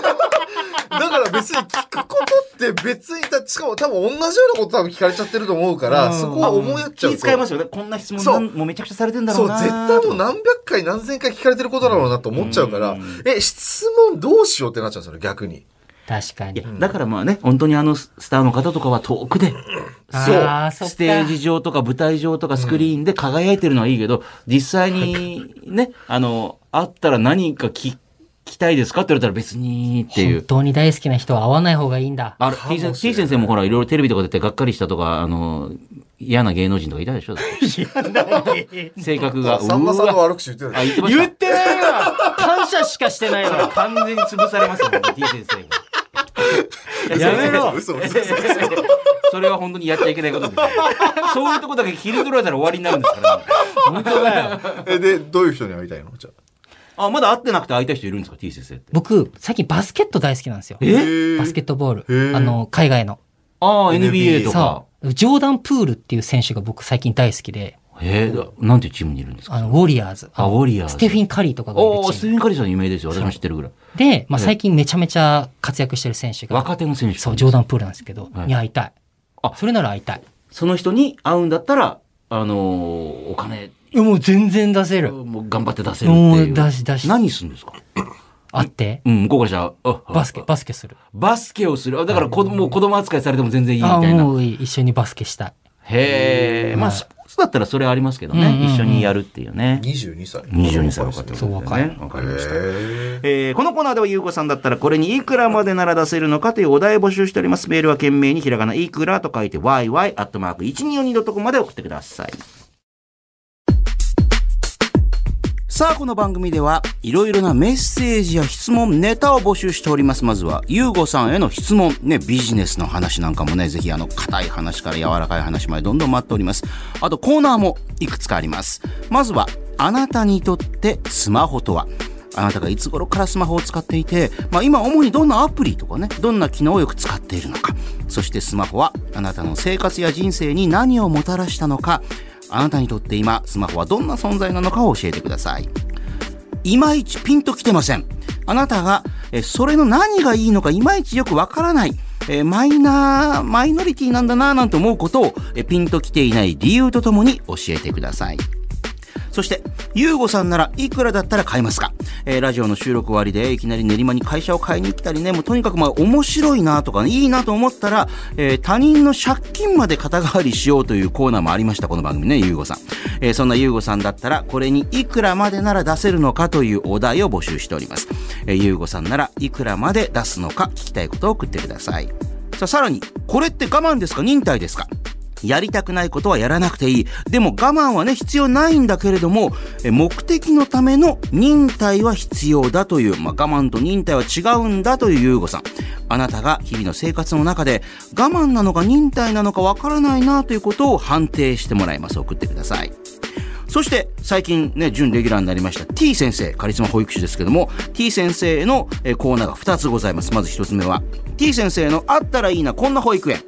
S2: だから別に聞くことって別にだ、しかも多分同じようなこと多分聞かれちゃってると思うから、そこは思いやっちゃうと。
S1: 気遣いますよね。こんな質問
S2: そ
S1: な
S2: う
S1: んもうめちゃくちゃされてんだろ
S2: そうう、
S1: な
S2: 絶対もう何百回何千回聞かれてることだろうなと思っちゃうから、え、質問どうしようってなっちゃうんですよね、逆に。
S3: 確か
S1: い
S3: に
S1: や。、だからまあね、本当にあのススターの方とかは遠くで、
S3: あーそっか
S1: ステージ上とか舞台上とかスクリーンで輝いてるのはいいけど、実際にね、あの、あったら何か聞きたいですかって言われたら別にってい
S3: 本
S1: う。
S3: 当に大好きな人は会わない方がいいんだ。
S1: あれ、
S2: かも
S1: T
S2: しれな
S1: 先生
S2: い
S1: T 先生もほら、いろいろテレビとか出てがっかりしたとか、あの、嫌な芸能人とかいたでしょだって性格が。
S2: さんまさん
S1: う
S2: の
S1: わ
S2: 悪口言ってる
S1: あ、言ってました。
S3: 言ってないわ感謝しかしてないわ
S1: 完全に潰されますよ、ね、T 先生が。
S3: <laughs> やめろ
S2: <laughs> 嘘嘘嘘
S1: それは本当にやっちゃいけないことです。そういうとこだけ切り取られたら終わりになるんですから、ね。
S3: 本当だよ。
S2: え、で、どういう人に会いたいのじゃあ。
S1: あ、まだ会ってなくて会いたい人いるんですか ?T 先生って。
S3: 僕、最近バスケット大好きなんですよ。
S1: え
S2: へー
S3: バスケットボー
S2: へ
S3: ル。あの、海外の。
S1: ああ、NBA
S2: NBA
S1: とか
S3: さ。あ、ジョーダン・プールっていう選手が僕最近大好きで、
S1: えー、なんていうチームにいるんですか
S3: あの、ウォリアーズ。
S1: あウォリアーズ
S3: ステフィン・カリーとかがいる
S1: おお、ス
S3: チ
S1: テ
S3: ー
S1: ィ
S3: ム。
S1: ン・カリーさん有名ですよ。私も知ってるぐらい。
S3: で、まあ、最近めちゃめちゃ活躍してる選手が、
S1: 若手の選手。
S3: そう、ジョーダン・プールなんですけど、
S1: はい
S3: に会いたい。
S1: あ
S3: それなら会いたい。
S1: その人に会うんだったら、あのーお金、
S3: いや、もう全然出せる。
S1: もう頑張って出せるっていう。
S3: うん出し出し
S1: 何するんですか
S3: 会って、
S1: うん、向こうからじゃあ、あ
S3: バスケ、。バスケする。
S1: バスケをする。あだから子供、もう子供扱いされても全然いいみ
S3: ああ、
S1: たいな。
S3: もういい。一緒にバスケしたい。
S1: へえ、まあスポーツだったらそれはありますけどね、
S3: うんうんうん
S1: 一緒にやるっていうね。
S2: 22歳。
S1: 22歳若手
S3: そう若い
S1: わか
S2: へ
S1: りました。
S2: ー
S1: えーこのコーナーではゆうこさんだったらこれにいくらまでなら出せるのかというお題を募集しております。メールは懸命にひらがな、いくらと書いて yy.1242.com まで送ってください。さあ、この番組では、いろいろなメッセージや質問、ネタを募集しております。まずは、ゆうごさんへの質問、ね、ビジネスの話なんかもね、ぜひ、あの、硬い話から柔らかい話までどんどん待っております。あと、コーナーもいくつかあります。まずは、あなたにとってスマホとはあなたがいつ頃からスマホを使っていて、まあ、今主にどんなアプリとかねどんな機能をよく使っているのかそしてスマホはあなたの生活や人生に何をもたらしたのかあなたにとって今スマホはどんな存在なのかを教えてくださいいまいちピンときてません。あなたが、えーそれの何がいいのかいまいちよくわからない、えーマイナー、マイノリティなんだなぁなんて思うことを、えーピンときていない理由とともに教えてください。そして、ゆうごさんならいくらだったら買いますか、えーラジオの収録終わりでいきなり練馬に会社を買いに来たりね、もうとにかくまあ面白いなとか、ね、いいなと思ったら、えー他人の借金まで肩代わりしようというコーナーもありました、この番組ね、ゆうごさん。えーそんなゆうごさんだったら、これにいくらまでなら出せるのかというお題を募集しております。えーゆうごさんならいくらまで出すのか聞きたいことを送ってください。さあ、さらに、これって我慢ですか忍耐ですかやりたくないことはやらなくていい。でも我慢はね、必要ないんだけれども、え目的のための忍耐は必要だという、まあ、我慢と忍耐は違うんだというゆうごさん。あなたが日々の生活の中で、我慢なのか忍耐なのかわからないなということを判定してもらいます。送ってください。そして、最近ね、準レギュラーになりました T 先生、カリスマ保育士ですけども、T 先生のえーコーナーが2つございます。まず1つ目は、T 先生のあったらいいな、こんな保育園。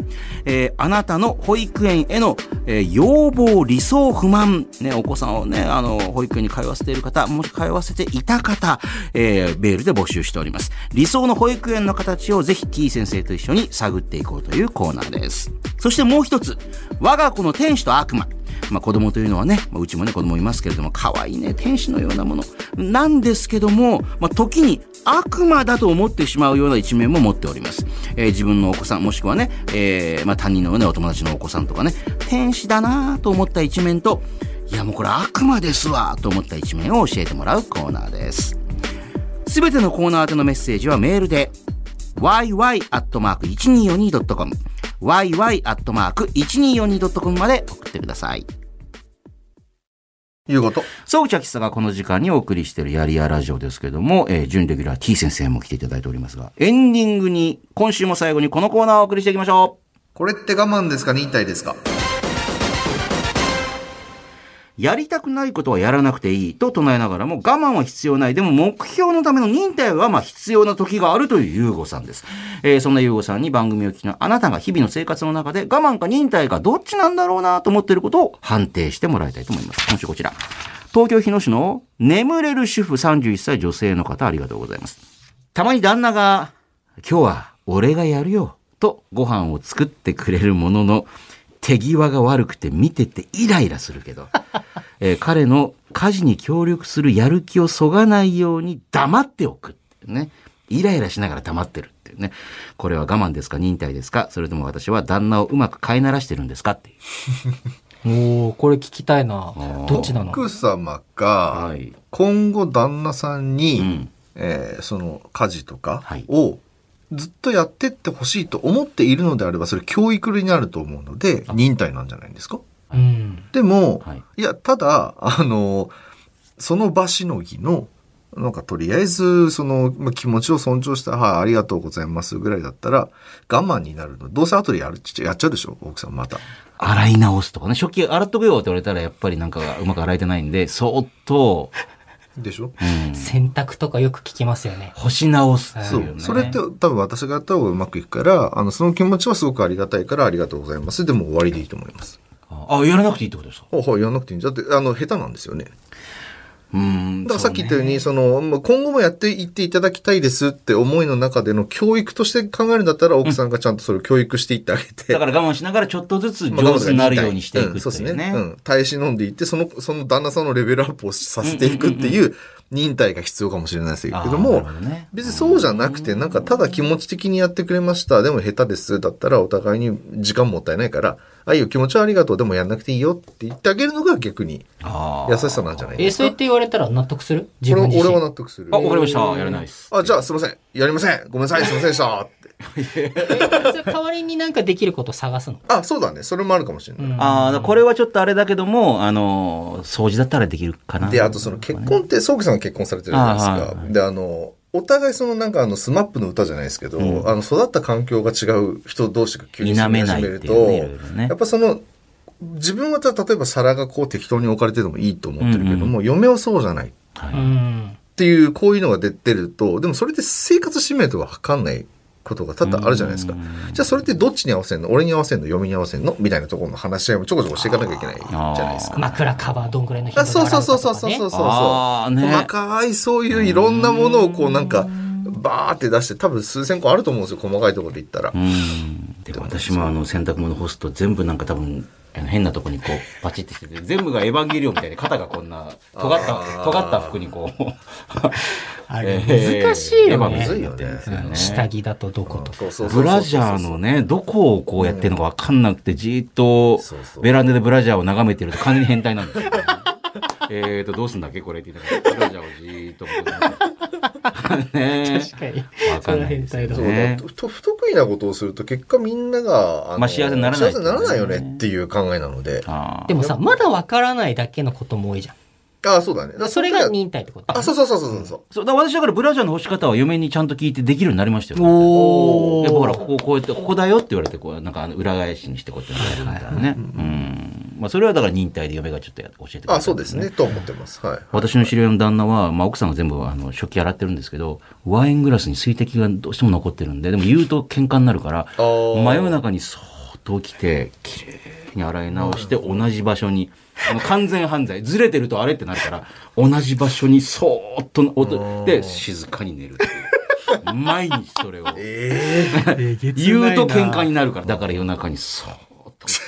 S1: えーあなたの保育園への、えー要望、理想、不満。ね、お子さんをね、あの、保育園に通わせている方、もし通わせていた方、えーメールで募集しております。理想の保育園の形をぜひ T 先生と一緒に探っていこうというコーナーです。そしてもう一つ、我が子の天使と悪魔。まあ、子供というのはね、まあ、うちもね、子供いますけれども、可愛いね、天使のようなもの。なんですけども、まあ、時に悪魔だと思ってしまうような一面も持っております。えー自分のお子さん、もしくはね、えーまあ、他人のね、お友達のお子さんとかね、天使だなぁと思った一面と、いや、もうこれ悪魔ですわと思った一面を教えてもらうコーナーです。すべてのコーナー宛てのメッセージはメールで、yy.1242.com、yy.1242.com まで送ってください。
S2: いうこと。
S1: そう、内秋さんがこの時間にお送りしているやりやラジオですけども、えー、準レギュラー T 先生も来ていただいておりますが、エンディングに、今週も最後にこのコーナーをお送りしていきましょう。
S2: これって我慢ですか忍耐ですか
S1: やりたくないことはやらなくていいと唱えながらも我慢は必要ない。でも目標のための忍耐はまあ必要な時があるというユーゴさんです。えーそんなユーゴさんに番組を聞きのあなたが日々の生活の中で我慢か忍耐かどっちなんだろうなと思っていることを判定してもらいたいと思います。今週こちら。東京日野市の眠れる主婦31歳女性の方ありがとうございます。たまに旦那が、今日は俺がやるよ、とご飯を作ってくれるものの、手際が悪くて見ててイライラするけど、えー彼の家事に協力するやる気をそがないように黙っておくっていうね。イライラしながら黙ってるっていうね。これは我慢ですか忍耐ですかそれとも私は旦那をうまく飼いならしてるんですかっていう。
S3: おおこれ聞きたいな
S1: ー。
S3: どっちなの
S2: 奥様が
S1: い。
S2: 今後旦那さんに、
S1: うん。
S2: えーその家事とか
S1: はい
S2: をずっとやってってほしいと思っているのであればそれ教育になると思うので忍耐なんじゃないんですか
S3: うん。
S2: でも、
S1: はい
S2: い、やただあのその場しのぎのなんかとりあえずその、まあ、気持ちを尊重した「はいありがとうございます」ぐらいだったら我慢になるのどうせ後でやるやっちゃうでしょ奥さんまた。
S1: 洗い直すとかね。食器洗っとくよって言われたらやっぱりなんかうまく洗えてないんで、そーっと、
S2: でしょ
S1: うん
S3: 洗濯とかよく聞きますよね。
S1: 干し直すって
S2: そ
S1: いうう、ね。
S2: それって多分私がやった方がうまくいくからあのその気持ちはすごくありがたいからありがとうございますでも終わりでいいと思います。
S1: あ、やらなくていいってことですか
S2: はいはい、やらなくていいんじゃんだって、あの、下手なんですよね。
S1: うん
S2: だからさっき言ったように、その、まあ今後もやっていっていただきたいですって思いの中での教育として考えるんだったら、奥さんがちゃんとそれを教育していってあげて。
S1: だから我慢しながらちょっとずつ
S2: まあ
S1: 上手になるようにしていくって
S2: んそうです
S1: いうね。
S2: ね。うん。耐え忍んでいって、その、その旦那さんのレベルアップをさせていくっていう忍耐が必要かもしれないですけど
S1: あー
S2: も
S1: なるほどね、
S2: 別にそうじゃなくて、なんかただ気持ち的にやってくれました。でも下手です。だったらお互いに時間もったいないから、あ、いいよ、気持ちはありがとう。でもやんなくていいよって言ってあげるのが逆に
S1: あー
S2: 優しさなんじゃない
S3: え
S2: で
S3: ー、
S2: す
S3: そう
S2: か
S3: 言っ。て言われたら納得する自
S2: これは
S3: 分自身。
S2: 俺は納得する。
S1: あ、わかりました。やらないです。
S2: あ、じゃあすいません。やりません。ごめんなさい。すいませんでした。って。
S3: えそれ代わりになんかできることを探すの。
S2: あ、そうだね。それもあるかもしれない。
S1: ああ、だからこれはちょっとあれだけども、あのー、掃除だったらできるかな。
S2: で、あとその結婚って、宗家さんが結婚されてるじゃないです
S1: あはい
S2: か。で、あの、お互いそのなんかあの、スマップの歌じゃないですけど、あの、育った環境が違う人同士が急に住み始めると、
S1: 否めないっていうねいろいろね
S2: やっぱその、自分はた例えば皿がこう適当に置かれててもいいと思ってるけども、
S1: うん
S2: 嫁はそうじゃない。っ
S1: は
S3: う
S1: い。
S3: ん。
S2: ていう、こういうのが出てると、でもそれで生活使命とは分かんないことが多々あるじゃないですか
S1: うん。
S2: じゃあそれってどっちに合わせるの俺に合わせるの嫁に合わせるのみたいなところの話し合いもちょこちょこしていかなきゃいけないじゃないですか。
S3: 枕カバーどんぐらいの
S2: あ
S3: 頻
S2: そ
S3: 度
S2: う
S3: で
S2: そ
S3: 洗
S2: う
S3: う
S2: そ
S3: か
S2: う
S3: と
S2: そうそう
S3: かね
S2: そうそう。
S1: あーね
S2: 細かいそういういろんなものをこうなんかバーって出して多分数千個あると思うんですよ細かいところで言ったら
S1: う。ん。でも私もあの、洗濯物干すと全部なんか多分、あの変なとこにこう、パチってしてて、全部がエヴァンゲリオンみたいで肩がこんな、尖っ
S2: あ
S1: た、
S2: ー
S1: 尖った服にこう。
S3: あ
S1: え
S3: れ
S1: ー
S3: 難しい
S1: エヴ
S3: よ
S1: ァン
S2: む
S1: ゲ
S3: ね
S1: リオンにな
S2: ずいよ
S1: っ
S2: ね
S1: てるんですよね。
S3: 下着だとどことか
S2: そうそうそうそう
S1: ブラジャーのね、どこをこうやってるのかわかんなくて、じーっと
S2: そうそう
S1: ベランダでブラジャーを眺めてると完全に変態なんです
S2: <laughs>
S1: よ。えーと、どうすんだっけこれって言ったら、ブラジャーをじーっとこう。ね
S3: 確かに
S1: わかんないですよね
S3: それは変態だ
S2: そう
S1: ね
S2: だと不得意なことをすると結果みんなが、の
S1: まあ幸せにならない
S2: 幸せにならないよねっていう考えなので。
S1: あー
S2: <laughs>
S3: でもさまだわからないだけのことも多いじゃん
S2: ああ、そうだね。だから
S3: それ
S2: の
S3: が
S2: 時は
S3: 忍耐ってこと
S2: あ、そうそうそうそうそう。
S1: そうだから私だからブラジャーの干し方は嫁にちゃんと聞いてできるようになりましたよ、ね。
S3: お
S1: で
S3: ー
S1: ほらこここうやってここだよって言われてこうなんかあの裏返しにしてこうやってやるみたいなね。うん。まあそれはだから忍耐で嫁がちょっとや教えてくれたん
S2: あ、そうですね。と思ってます。はい。
S1: 私の知り合いの旦那は、まあ、奥さんが全部あの食器洗ってるんですけどワイングラスに水滴がどうしても残ってるんででも言うと喧嘩になるから
S2: あー
S1: 真夜中にそーっと起きて綺麗に洗い直して同じ場所にあの完全犯罪ずれてるとあれってなるから同じ場所にそーっとの音で静かに寝るっていう毎日それを
S2: ええ
S1: 言うと喧嘩になるからだから夜中にそーっと
S2: <laughs>
S1: 起きて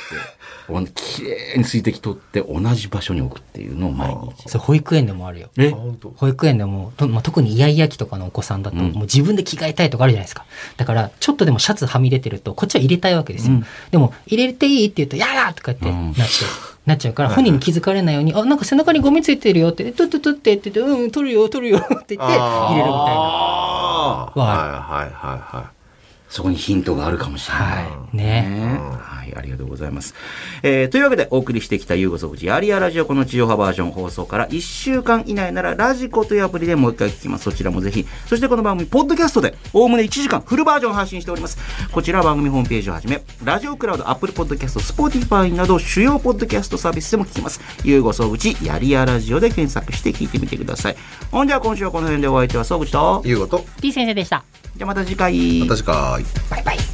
S1: お綺麗に水滴取って同じ場所に置くっていうのを毎日。
S3: それ保育園でもあるよ
S1: え
S2: あ、本当。
S3: 保育園でも、とまあ、特にイヤイヤ期とかのお子さんだと、
S1: うん
S3: もう自分で着替えたいとかあるじゃないですか。だから、ちょっとでもシャツはみ出てると、こっちは入れたいわけですよ。
S1: うん
S3: でも、入れていいって言うと、やだとかって
S1: うん
S3: なっちゃう。なっちゃうから、本人に気づかれないように、あ、なんか背中にゴミついてるよって、トゥトゥトゥって言ってて、うん、取るよ、取るよって言って、入れるみたいな。
S2: あー
S3: わ
S2: はいはいはいはい。
S1: そこにヒントがあるかもしれない。
S3: はい。ね。
S1: ねはい、ありがとうございます。えーというわけでお送りしてきた、ゆうごそくじ、アリアラジオ、この地上波バージョン放送から1週間以内なら、ラジコというアプリでもう一回聞きます。そちらもぜひ。そしてこの番組、ポッドキャストで、おおむね1時間、フルバージョンを配信しております。こちら番組ホームページをはじめ、ラジオクラウド、アップルポッドキャスト、スポーティファイなど、主要ポッドキャストサービスでも聞きます。ゆうごそくじ、やりやラジオで検索して聞いてみてください。ほんじゃ、今週はこの辺でお相手は、そうぐちと、
S2: いうこと。
S3: P 先生でした。
S1: じゃあまた次回。
S2: 確か。
S3: バイバイ。